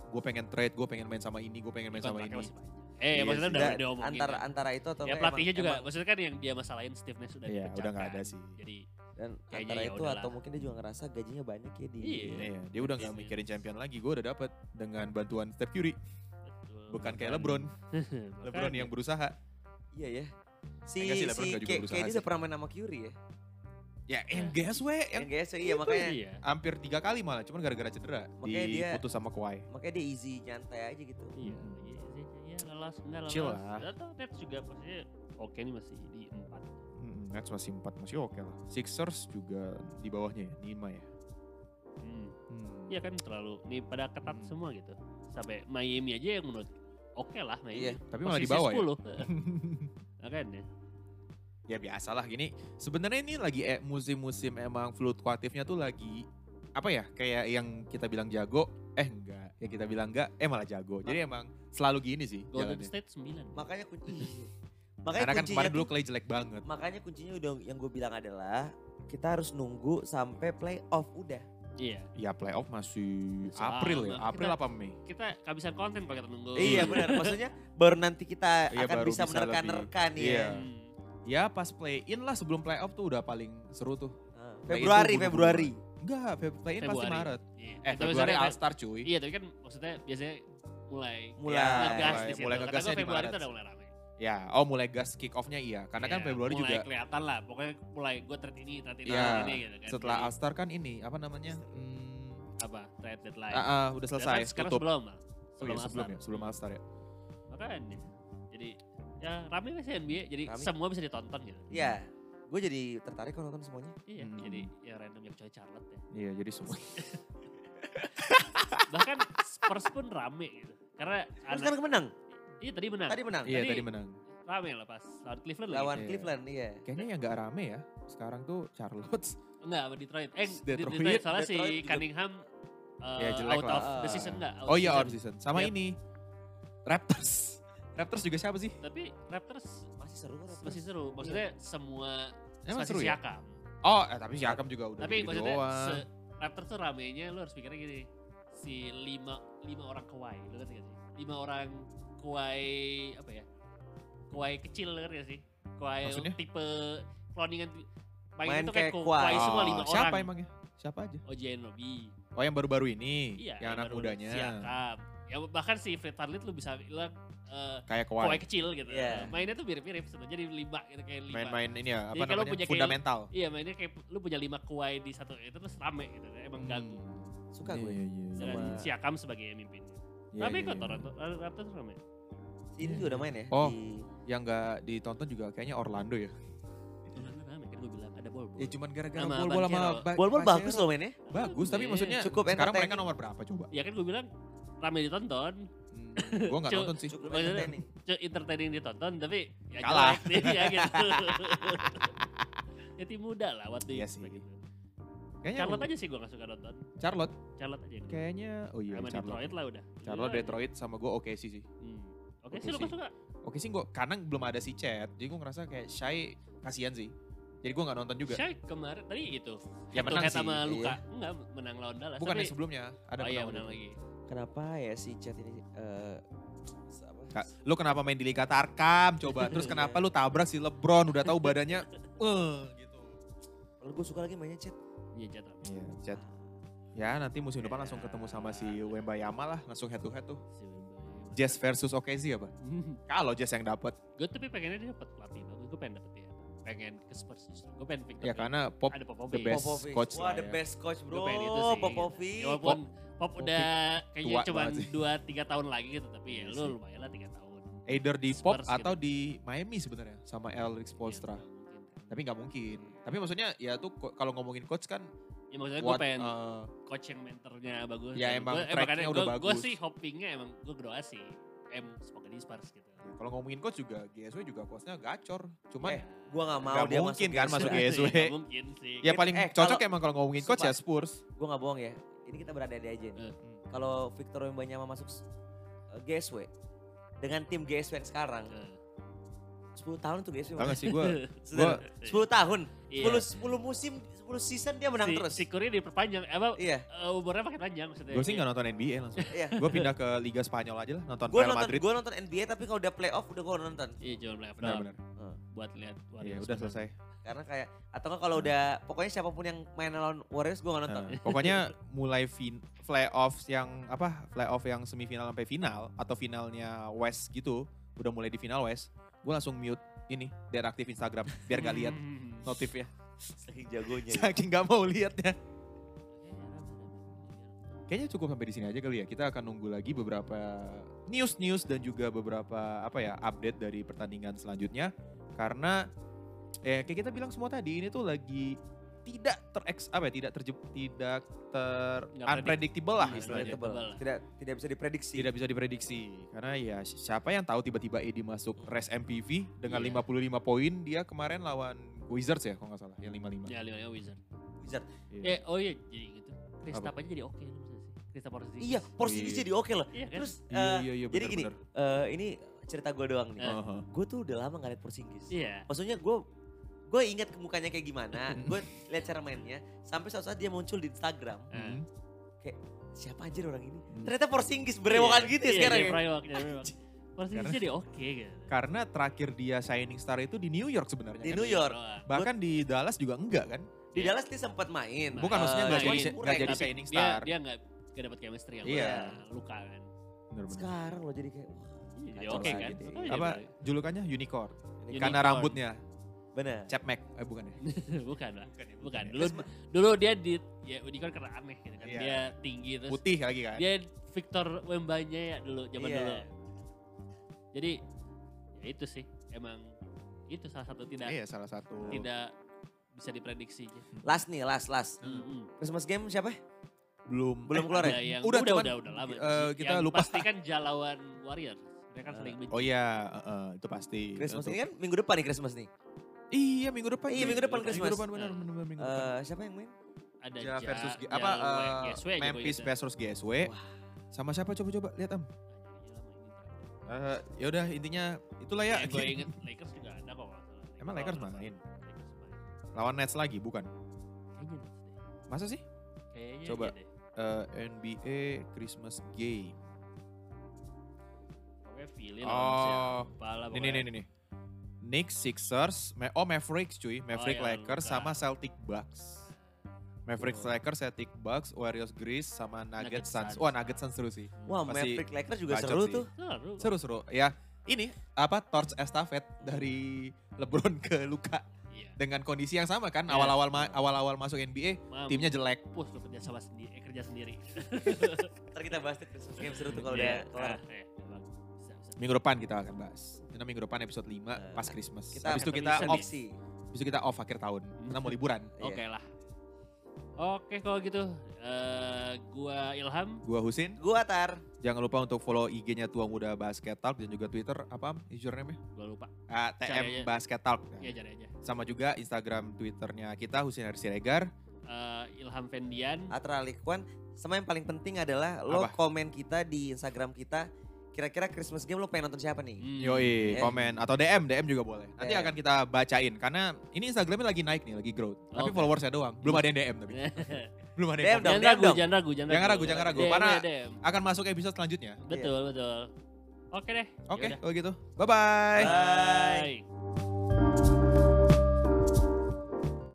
Speaker 1: gue pengen trade, gue pengen main sama ini, gue pengen main sama
Speaker 2: Kontraknya
Speaker 1: ini.
Speaker 2: masih panjang. Eh,
Speaker 1: Iya
Speaker 2: maksudnya
Speaker 1: sih.
Speaker 2: udah
Speaker 3: Nggak,
Speaker 2: udah omongin.
Speaker 3: antara
Speaker 2: kan.
Speaker 3: antara itu
Speaker 2: ya
Speaker 3: atau enggak,
Speaker 2: pelatihnya
Speaker 3: emang-
Speaker 2: juga,
Speaker 3: emang-
Speaker 2: maksudnya kan yang dia masalahin Steve Nash udah
Speaker 1: Iya, udah nggak ada
Speaker 2: dipecahkan.
Speaker 1: sih.
Speaker 2: Jadi
Speaker 3: dan
Speaker 2: Kayaknya
Speaker 3: antara
Speaker 2: ya
Speaker 3: itu
Speaker 2: udahlah.
Speaker 3: atau mungkin dia juga ngerasa gajinya banyak ya di
Speaker 2: Iya.
Speaker 1: Iya, dia udah nggak mikirin champion lagi. Gue udah dapet dengan bantuan Steph Curry,
Speaker 2: betul.
Speaker 1: Hmm. bukan kayak LeBron.
Speaker 2: eh, Makanya.
Speaker 1: LeBron yang berusaha.
Speaker 3: Iya ya. Si
Speaker 1: Enggak sih, LeBron
Speaker 3: si
Speaker 1: nggak juga
Speaker 3: Ke-
Speaker 1: berusaha
Speaker 3: KD
Speaker 1: sih.
Speaker 3: udah pernah main sama Curry ya.
Speaker 1: Ya, and guess we,
Speaker 3: Yang
Speaker 1: yang
Speaker 3: guys iya
Speaker 1: itu
Speaker 3: makanya
Speaker 2: Iya.
Speaker 1: hampir tiga kali malah, cuman gara-gara cedera
Speaker 3: Makanya dia-
Speaker 1: diputus sama Kawhi.
Speaker 3: makanya dia easy nyantai aja gitu.
Speaker 2: Iya, iya, iya, iya, lolos, enggak lolos.
Speaker 1: Chill lah.
Speaker 2: Nggak tahu, Nets juga maksudnya oke nih masih di empat.
Speaker 1: Mm, Nets masih empat masih oke lah. Sixers juga di bawahnya ya, lima ya.
Speaker 2: Hmm.
Speaker 1: Hmm.
Speaker 2: Iya kan terlalu, nih pada ketat
Speaker 1: Hmm.
Speaker 2: semua gitu. Sampai Miami aja yang menurut oke lah Miami.
Speaker 3: Iya,
Speaker 1: Tapi malah di ya?
Speaker 2: Posisi
Speaker 1: bawah ya.
Speaker 2: 10. Nah, kan ya.
Speaker 1: ya biasalah gini. Sebenarnya ini lagi eh, musim-musim emang fluktuatifnya tuh lagi apa ya kayak yang kita bilang jago eh enggak yang kita bilang enggak eh malah jago jadi emang selalu gini sih
Speaker 2: Golden
Speaker 1: jalannya.
Speaker 2: State ya? 9.
Speaker 3: Makanya kunci.
Speaker 1: karena
Speaker 3: makanya
Speaker 1: kan
Speaker 3: kuncinya
Speaker 1: kemarin
Speaker 3: tuh-
Speaker 1: dulu Clay jelek banget
Speaker 3: makanya kuncinya udah yang gue bilang adalah kita harus nunggu sampai playoff udah.
Speaker 2: Iya.
Speaker 1: ya playoff masih
Speaker 2: Selama
Speaker 1: April ya
Speaker 2: kita-
Speaker 1: April apa Mei
Speaker 2: Kita kehabisan konten kalau kita nunggu. Hmm.
Speaker 3: Iya benar. Maksudnya baru nanti kita
Speaker 1: Iya,
Speaker 3: akan
Speaker 1: baru bisa
Speaker 3: bisa menerka-nerka
Speaker 1: lebih.
Speaker 3: nih. ya.
Speaker 1: Iya.
Speaker 2: Hmm.
Speaker 1: ya pas play in lah sebelum playoff tuh udah paling seru tuh
Speaker 3: Nah,
Speaker 1: Play itu
Speaker 3: Februari,
Speaker 1: bunuh-bunuhan.
Speaker 3: Februari.
Speaker 1: enggak Feb- play in pasti
Speaker 2: Februari.
Speaker 1: Maret
Speaker 2: Iya.
Speaker 1: eh
Speaker 2: Tapi
Speaker 1: Februari
Speaker 2: sebenarnya-
Speaker 1: All Star cuy
Speaker 2: Iya, tapi kan maksudnya biasanya mulai
Speaker 3: Mulai.
Speaker 2: ya,
Speaker 3: Mulai-
Speaker 2: ngegas di
Speaker 1: mulai
Speaker 2: situ. Karena
Speaker 1: ngegasnya
Speaker 2: gua
Speaker 1: di
Speaker 2: Februari
Speaker 1: Maret.
Speaker 2: tuh udah mulai ramai.
Speaker 1: Ya, oh mulai gas kick off-nya iya. Karena kan
Speaker 2: Iya,
Speaker 1: Februari
Speaker 2: mulai
Speaker 1: juga
Speaker 2: kelihatan lah. Pokoknya mulai gue trade ini, trade ini,
Speaker 1: Iya,
Speaker 2: trade ini gitu kan.
Speaker 1: setelah
Speaker 2: Jadi,
Speaker 1: All-Star kan ini apa namanya? Hmm,
Speaker 2: apa trade deadline.
Speaker 1: ah, ah, udah
Speaker 2: Dan
Speaker 1: selesai
Speaker 2: kan Iya. sekarang
Speaker 1: tutup.
Speaker 2: sebelum lah.
Speaker 1: Oh iya,
Speaker 2: All-Star.
Speaker 1: sebelum ya, sebelum All-Star ya.
Speaker 2: Makanya. Jadi ya rame lah sih NBA. Jadi
Speaker 3: Rame.
Speaker 2: semua bisa ditonton gitu.
Speaker 3: Iya. Gue jadi tertarik kalau nonton semuanya.
Speaker 2: Iya.
Speaker 1: Hmm.
Speaker 2: Jadi ya random yang coy Charlotte ya.
Speaker 1: Iya, jadi semua.
Speaker 2: Bahkan Spurs pun rame gitu. Karena
Speaker 3: Terus
Speaker 2: anak,
Speaker 3: kan menang.
Speaker 2: iya tadi menang.
Speaker 3: Tadi menang.
Speaker 1: Iya,
Speaker 2: Tadi-
Speaker 1: tadi menang.
Speaker 2: Rame lah pas lawan Cleveland lagi.
Speaker 3: Lawan
Speaker 1: Iya.
Speaker 3: Cleveland, iya.
Speaker 1: Kayaknya yang gak rame ya. Sekarang tuh Charlotte.
Speaker 2: Enggak, sama Detroit. Eh, di-
Speaker 1: Detroit.
Speaker 2: Detroit, soalnya si
Speaker 3: Detroit juga-
Speaker 2: Cunningham uh,
Speaker 1: Ya, jelek
Speaker 2: out
Speaker 1: lah.
Speaker 2: of the season enggak?
Speaker 1: Oh iya,
Speaker 2: out
Speaker 1: off season. Sama
Speaker 2: Yep.
Speaker 1: ini. Raptors. Raptors juga siapa sih?
Speaker 2: Tapi Raptors
Speaker 3: Masih seru kok. Raptors.
Speaker 2: masih seru. Maksudnya semua
Speaker 1: Emang
Speaker 2: masih
Speaker 1: seru ya?
Speaker 2: Siakam.
Speaker 1: Oh, eh, tapi Siakam juga udah
Speaker 2: Tapi
Speaker 1: gitu
Speaker 2: maksudnya se
Speaker 1: doang.
Speaker 2: Raptors tuh ramenya lu harus pikirnya gini. Si lima, lima orang Kawhi, lu ngerti gak sih? Lima orang Kawhi apa ya? Kawhi kecil lu ngerti gak sih? Kawhi
Speaker 1: Maksudnya?
Speaker 2: tipe cloningan
Speaker 3: Main
Speaker 2: main itu kayak
Speaker 3: kayak
Speaker 2: Kawhi
Speaker 3: Kawhi.
Speaker 2: semua
Speaker 1: Oh,
Speaker 2: lima
Speaker 1: siapa
Speaker 2: orang.
Speaker 1: emangnya? Siapa aja?
Speaker 2: OJ Nobi.
Speaker 1: Oh, yang baru-baru ini.
Speaker 2: Iya,
Speaker 1: yang anak
Speaker 2: baru
Speaker 1: mudanya.
Speaker 2: Siakam. Ya bahkan si Fred VanVleet lu bisa bilang eh
Speaker 1: Kayak
Speaker 2: Kawhi
Speaker 1: Kawhi.
Speaker 2: kecil gitu.
Speaker 3: Iya.
Speaker 2: Mainnya tuh mirip-mirip sebenarnya jadi lima gitu kayak lima.
Speaker 1: Main-main ini ya, apa
Speaker 2: Jadi kalau
Speaker 1: namanya?
Speaker 2: punya kayak-
Speaker 1: Fundamental.
Speaker 2: Iya, mainnya kayak lu punya lima Kawhi di satu itu terus rame gitu. Emang ganggu.
Speaker 1: Hmm.
Speaker 3: Suka ya. gue.
Speaker 1: Iya, iya, iya.
Speaker 2: Dan
Speaker 1: Sama-
Speaker 2: Siakam sebagai pemimpin.
Speaker 1: iya,
Speaker 2: rame
Speaker 1: iya,
Speaker 2: kok
Speaker 1: iya.
Speaker 2: Toronto, eh, Raptors rame.
Speaker 3: Si ini juga udah main ya.
Speaker 1: Oh.
Speaker 3: Di...
Speaker 1: Yang nggak ditonton juga kayaknya Orlando ya.
Speaker 2: Orlando rame kan gue bilang ada bol bol.
Speaker 1: Ya cuman gara-gara
Speaker 2: Sama
Speaker 1: bola bola sama
Speaker 2: Banchero. Iya.
Speaker 1: Ba-
Speaker 3: Bol-bol
Speaker 1: Banchero.
Speaker 3: bagus loh mainnya.
Speaker 1: Bagus tapi maksudnya
Speaker 3: Cukup
Speaker 1: sekarang
Speaker 3: entertaining.
Speaker 1: mereka nomor berapa coba?
Speaker 2: Ya kan gue bilang rame ditonton,
Speaker 1: Hmm, gua nggak
Speaker 2: Cu-
Speaker 1: nonton sih.
Speaker 3: Cukup
Speaker 2: Maksudnya-
Speaker 3: entertaining.
Speaker 2: cu- entertaining ditonton, tapi ya
Speaker 1: Kalah.
Speaker 2: jelek dia gitu. Jadi muda lah waktu gitu.
Speaker 1: Iya sih. Kayaknya
Speaker 2: Charlotte aja sih gue gak suka nonton.
Speaker 1: Charlotte
Speaker 2: Charlotte aja. yang gua-
Speaker 1: kayaknya oh iya
Speaker 2: sama
Speaker 1: Charlotte.
Speaker 2: Detroit lah udah.
Speaker 1: Charlotte
Speaker 2: Iya.
Speaker 1: Detroit sama gua oke sih sih.
Speaker 2: Hmm. Oke
Speaker 1: Oke
Speaker 2: sih lu
Speaker 1: sih.
Speaker 2: suka.
Speaker 1: Oke sih gua karena belum ada si chat jadi gua ngerasa kayak shy kasihan sih. Jadi gua nggak nonton juga.
Speaker 2: Shay kemarin tadi itu.
Speaker 1: Ya menang sih.
Speaker 2: sama Luka.
Speaker 1: Iya.
Speaker 2: Enggak menang lawan Dallas.
Speaker 1: Bukan
Speaker 2: tapi,
Speaker 1: yang sebelumnya ada
Speaker 2: Oh iya
Speaker 1: menang
Speaker 2: menang lagi.
Speaker 3: Kenapa ya si chat ini eh apa?
Speaker 1: Kak, lu kenapa main di Liga Tarkam coba? Terus kenapa lu tabrak si LeBron udah tahu badannya eh gitu.
Speaker 3: Kalau gue suka lagi mainnya chat.
Speaker 2: Iya jatuh.
Speaker 1: Iya, chat. Ya nanti musim depan langsung ketemu sama si Wembayama lah, langsung head to head tuh.
Speaker 2: Si Wemby.
Speaker 1: Jazz versus OKC apa?
Speaker 2: Hmm.
Speaker 1: Kalau Jazz yang dapat,
Speaker 2: Gue tapi pengennya dia dapat pelatih bagus. Gue pengen dapet dia. Pengen ke Spurs justru. Gue pengen Victor.
Speaker 1: ya karena Pop
Speaker 2: ada
Speaker 1: the
Speaker 2: Popovic.
Speaker 1: best
Speaker 3: Popovic.
Speaker 1: coach
Speaker 3: Wah,
Speaker 1: lah
Speaker 3: the
Speaker 1: ya.
Speaker 3: best coach
Speaker 2: Gua
Speaker 3: bro.
Speaker 2: pengen itu sih.
Speaker 3: Popovic.
Speaker 2: Ya, walaupun Pop, udah kayaknya
Speaker 1: tua
Speaker 2: cuma
Speaker 1: banget sih.
Speaker 2: 2-3 tahun lagi gitu. Tapi ya
Speaker 1: Iya
Speaker 2: lu
Speaker 1: sih.
Speaker 2: lumayan lah 3 tahun.
Speaker 1: Either di Pop
Speaker 2: Spurs gitu.
Speaker 1: atau di Miami sebenarnya sama Eric Spoelstra.
Speaker 2: Ya, mungkin.
Speaker 1: Tapi nggak mungkin. Tapi maksudnya ya tuh ko- kalau ngomongin coach kan
Speaker 2: Ya maksudnya gue
Speaker 1: what,
Speaker 2: pengen
Speaker 1: uh,
Speaker 2: coach yang mentornya bagus. eh,
Speaker 1: Ya, emang tracknya udah
Speaker 2: Gue
Speaker 1: bagus.
Speaker 2: sih hopingnya emang gue berdoa sih. Em semoga di Spurs gitu.
Speaker 1: ya kalau ngomongin coach juga GSW juga coachnya gacor. Cuman
Speaker 3: Eh, Gue gak mau
Speaker 1: Nggak
Speaker 3: dia
Speaker 1: mungkin kan
Speaker 3: masuk ke-
Speaker 1: masuk
Speaker 2: Iya
Speaker 1: GSW.
Speaker 2: sih, nggak mungkin sih.
Speaker 1: ya paling
Speaker 3: eh,
Speaker 1: cocok
Speaker 3: kalau-
Speaker 1: emang kalau ngomongin coach ya
Speaker 3: Sumpah.
Speaker 1: Spurs.
Speaker 3: gue nggak bohong ya ini kita berada-ada aja nih
Speaker 2: Eh.
Speaker 3: kalau Victor Wembanyama masuk eh, GSW dengan tim GSW yang sekarang
Speaker 2: Eh,
Speaker 3: 10 tahun tuh GSW
Speaker 1: Tau
Speaker 3: menang.
Speaker 1: gak sih gue?
Speaker 3: Saudara, 10 tahun
Speaker 2: Iya.
Speaker 3: 10 10 musim 10 season dia
Speaker 2: si,
Speaker 3: menang terus
Speaker 2: Si Curry diperpanjang. Apa
Speaker 3: iya
Speaker 2: eh, umurnya makin panjang maksudnya.
Speaker 1: Gue sih nggak nonton NBA langsung.
Speaker 3: iya
Speaker 1: Gue pindah ke Liga Spanyol aja lah nonton
Speaker 3: gue
Speaker 1: Real
Speaker 3: nonton
Speaker 1: Madrid.
Speaker 3: gue nonton NBA tapi kalau udah playoff udah gue nonton
Speaker 2: Iya jual playoff doang
Speaker 1: Benar-benar.
Speaker 2: buat lihat
Speaker 1: Ya
Speaker 2: Warriors
Speaker 1: udah
Speaker 2: menang.
Speaker 1: selesai.
Speaker 3: karena kayak atau nggak kalau udah pokoknya siapapun yang main lawan Warriors gue nggak nonton
Speaker 1: Nah, pokoknya mulai fin playoffs yang apa playoff yang semifinal sampai final atau finalnya West gitu udah mulai di final West gue langsung mute ini deaktif Instagram biar gak lihat
Speaker 2: Hmm.
Speaker 1: notif ya
Speaker 3: saking jagonya ya.
Speaker 1: saking gak mau liatnya kayaknya cukup sampai di sini aja kali ya kita akan nunggu lagi beberapa news news dan juga beberapa apa ya update dari pertandingan selanjutnya karena eh kayak kita bilang semua tadi ini tuh lagi tidak tereks apa ya, tidak terjep tidak ter
Speaker 2: Nggak
Speaker 1: unpredictable lah
Speaker 2: Iya,
Speaker 1: istilahnya.
Speaker 2: predictable.
Speaker 3: Tidak tidak bisa diprediksi.
Speaker 1: Tidak bisa diprediksi karena ya si- siapa yang tahu tiba-tiba Edi masuk race MPV dengan
Speaker 2: Iya.
Speaker 1: 55 poin dia kemarin lawan Wizards ya kalau nggak salah yang 55.
Speaker 2: Ya, lima Wizard.
Speaker 3: Wizard.
Speaker 1: Iya.
Speaker 2: Eh, oh iya, jadi gitu. Kristaps aja jadi oke. Kristaps Porzingis.
Speaker 3: Iya, Porzingis
Speaker 1: Iya.
Speaker 3: jadi oke lah.
Speaker 2: Iya kan?
Speaker 3: Terus
Speaker 1: Iya,
Speaker 3: eh,
Speaker 1: iya, iya,
Speaker 3: jadi
Speaker 1: bener,
Speaker 3: gini,
Speaker 1: bener.
Speaker 3: eh, ini cerita gue doang nih.
Speaker 2: Eh.
Speaker 1: Aha.
Speaker 3: Gue tuh udah lama gak liat Porzingis.
Speaker 2: Iya.
Speaker 3: Maksudnya gue gue ingat ke mukanya kayak gimana, gue lihat cara mainnya, sampai suatu saat dia muncul di Instagram,
Speaker 2: Eh.
Speaker 1: Mhm.
Speaker 3: siapa anjir orang ini?
Speaker 1: Hmm.
Speaker 3: Ternyata Porzingis berewokan
Speaker 2: Iya,
Speaker 3: gitu ya
Speaker 2: iya,
Speaker 3: sekarang.
Speaker 2: Iya,
Speaker 3: ya.
Speaker 2: Prewok, iya, Prewok. Porzingis
Speaker 1: Karena-
Speaker 2: jadi oke gitu.
Speaker 1: Karena terakhir dia signing star itu di New York sebenarnya.
Speaker 3: Di
Speaker 1: kan?
Speaker 3: New York.
Speaker 2: Doang.
Speaker 1: Bahkan di Dallas juga enggak kan?
Speaker 3: Di
Speaker 2: Iya.
Speaker 3: Dallas dia sempat main.
Speaker 2: Nah,
Speaker 1: Bukan, maksudnya
Speaker 3: Eh,
Speaker 2: nggak
Speaker 3: cuma
Speaker 2: jadi-
Speaker 3: kurang.
Speaker 1: nggak jadi
Speaker 2: Tapi
Speaker 1: signing
Speaker 2: dia,
Speaker 1: star.
Speaker 2: Dia nggak nggak dapat chemistry yang
Speaker 1: Iya.
Speaker 2: luka kan.
Speaker 1: Bener-bener.
Speaker 3: Sekarang lo jadi kayak wah,
Speaker 2: Iya, Jadi
Speaker 3: kacau
Speaker 2: oke
Speaker 3: lah
Speaker 2: kan.
Speaker 3: gitu.
Speaker 2: Makanya
Speaker 1: Apa
Speaker 2: dia-
Speaker 1: julukannya unicorn?
Speaker 3: Ini
Speaker 2: Unicorn.
Speaker 1: Karena rambutnya
Speaker 3: Bener.
Speaker 1: Chap Mac. Eh bukan ya?
Speaker 2: bukan lah.
Speaker 1: ya,
Speaker 2: Bukan.
Speaker 1: ya.
Speaker 2: Dulu, dulu dia di ya unicorn karena aneh gitu kan.
Speaker 1: Iya.
Speaker 2: Dia tinggi terus
Speaker 1: Putih lagi kan?
Speaker 2: dia Victor Wembanya ya dulu zaman
Speaker 3: Iya.
Speaker 2: dulu. Jadi ya itu sih emang itu salah satu tidak
Speaker 1: Iya, salah satu.
Speaker 2: tidak bisa diprediksi. aja.
Speaker 3: Last nih, last, last.
Speaker 2: Mm-mm.
Speaker 3: Christmas game siapa?
Speaker 1: Hmm. Belum.
Speaker 3: Belum keluar ya?
Speaker 2: Ada yang-
Speaker 1: Udah,
Speaker 2: udah, udah,
Speaker 1: cuman,
Speaker 2: udah, lama.
Speaker 1: eh, kita
Speaker 2: Yang
Speaker 1: lupa.
Speaker 2: Pasti kan Jalawan Warrior. Mereka kan sering benci.
Speaker 1: Oh iya, eh, eh, itu pasti.
Speaker 3: Christmas
Speaker 1: Untuk-
Speaker 3: ini kan minggu depan nih Christmas nih.
Speaker 1: Iya, minggu depan.
Speaker 3: Iya,
Speaker 1: cuy.
Speaker 3: minggu depan Christmas.
Speaker 1: Minggu depan benar, benar, benar, minggu depan.
Speaker 3: Eh siapa yang main?
Speaker 2: Ada
Speaker 1: Ja versus G-
Speaker 2: Ja-
Speaker 1: apa
Speaker 2: Jalawan
Speaker 1: eh,
Speaker 2: GSW aja gua
Speaker 1: Memphis
Speaker 2: ingat. Ya,
Speaker 1: versus GSW.
Speaker 3: Wah.
Speaker 1: Sama siapa coba-coba lihat am? Eh ya udah intinya itulah
Speaker 2: Ya,
Speaker 1: ya.
Speaker 2: gue inget Lakers juga ada kok. kalau nggak salah.
Speaker 1: Emang Lakers
Speaker 2: Lakers lawan-
Speaker 1: main?
Speaker 2: Lakers main.
Speaker 1: Lawan Nets lagi bukan?
Speaker 2: Kayaknya Nets deh.
Speaker 1: Masa sih?
Speaker 2: Kayaknya
Speaker 1: Coba.
Speaker 2: iya deh.
Speaker 1: Eh, NBA Christmas Game.
Speaker 2: Pokoknya feeling
Speaker 1: Oh.
Speaker 2: Pala
Speaker 1: Nih nih nih nih. nih. Knicks, Sixers, Ma- oh Mavericks cuy, Maverick
Speaker 2: yang
Speaker 1: Lakers
Speaker 2: luka.
Speaker 1: sama Celtic Bucks. Mavericks, Lakers, Celtic Bucks, Warriors, Greece sama Nuggets,
Speaker 2: Iya. Nuggets,
Speaker 1: Suns.
Speaker 2: Suns.
Speaker 1: Wah Nuggets Suns seru sih.
Speaker 3: Wah,
Speaker 1: Masih
Speaker 3: Maverick Lakers juga
Speaker 1: bacot
Speaker 3: seru
Speaker 1: sih.
Speaker 3: tuh.
Speaker 2: Seru.
Speaker 1: Seru-seru. Ya ini apa torch estafet dari LeBron ke Luka
Speaker 2: Iya.
Speaker 1: dengan kondisi yang sama kan
Speaker 2: Iya.
Speaker 1: awal-awal ma- awal-awal masuk NBA
Speaker 2: Mam,
Speaker 1: timnya jelek.
Speaker 2: push lu kerja sama sendiri, eh, kerja sendiri.
Speaker 3: Ntar kita bahas tuh Christmas game seru tuh kalau
Speaker 2: Iya.
Speaker 3: udah kelar. Iya.
Speaker 2: Ah, iya, emang. Bisa, bisa.
Speaker 1: Minggu depan kita akan bahas. Karena minggu depan episode 5
Speaker 3: Eh,
Speaker 1: pas Christmas.
Speaker 3: Kita
Speaker 1: Habis itu
Speaker 2: Iya. akan
Speaker 1: kita
Speaker 2: bisa
Speaker 1: off,
Speaker 3: prediksi.
Speaker 1: habis itu kita off akhir tahun. Karena mau liburan.
Speaker 3: Iya.
Speaker 2: Oke lah. Oke kalau gitu, eh gua Ilham,
Speaker 1: Gua Husin,
Speaker 3: Gua tar.
Speaker 1: jangan lupa untuk follow IG-nya Tuang Muda Basket Talk dan juga Twitter apa Am? username-nya?
Speaker 2: gua lupa.
Speaker 1: Ah, TM
Speaker 2: Caranya.
Speaker 1: Basket Talk.
Speaker 2: Iya cari aja.
Speaker 1: Sama juga Instagram Twitternya kita Husin Hari Siregar.
Speaker 2: Eh Ilham Fendian,
Speaker 3: Atra Likwan. Sama yang paling penting adalah lo
Speaker 1: Apa?
Speaker 3: komen kita di Instagram kita. Kira-kira Christmas game lo pengen nonton siapa nih?
Speaker 2: Hmm,
Speaker 1: Yoi,
Speaker 3: Iya.
Speaker 1: komen atau DM, DM juga boleh. Nanti
Speaker 3: Iya.
Speaker 1: akan kita bacain karena ini Instagramnya lagi naik nih, lagi growth. Tapi
Speaker 2: Oke. Iya.
Speaker 1: followersnya doang, belum ada yang DM tapi. belum ada yang
Speaker 3: DM dong.
Speaker 1: komen.
Speaker 2: jangan ragu,
Speaker 3: dong.
Speaker 2: jangan ragu, jangan
Speaker 1: Jangan
Speaker 2: ragu,
Speaker 1: ragu, jangan ragu.
Speaker 2: DM,
Speaker 1: Karena-
Speaker 2: DM.
Speaker 3: Iya.
Speaker 1: Akan masuk episode selanjutnya.
Speaker 2: betul betul. Oke deh.
Speaker 1: Oke,
Speaker 2: yaudah.
Speaker 1: kalau gitu. Bye-bye.
Speaker 3: Bye.
Speaker 2: Bye.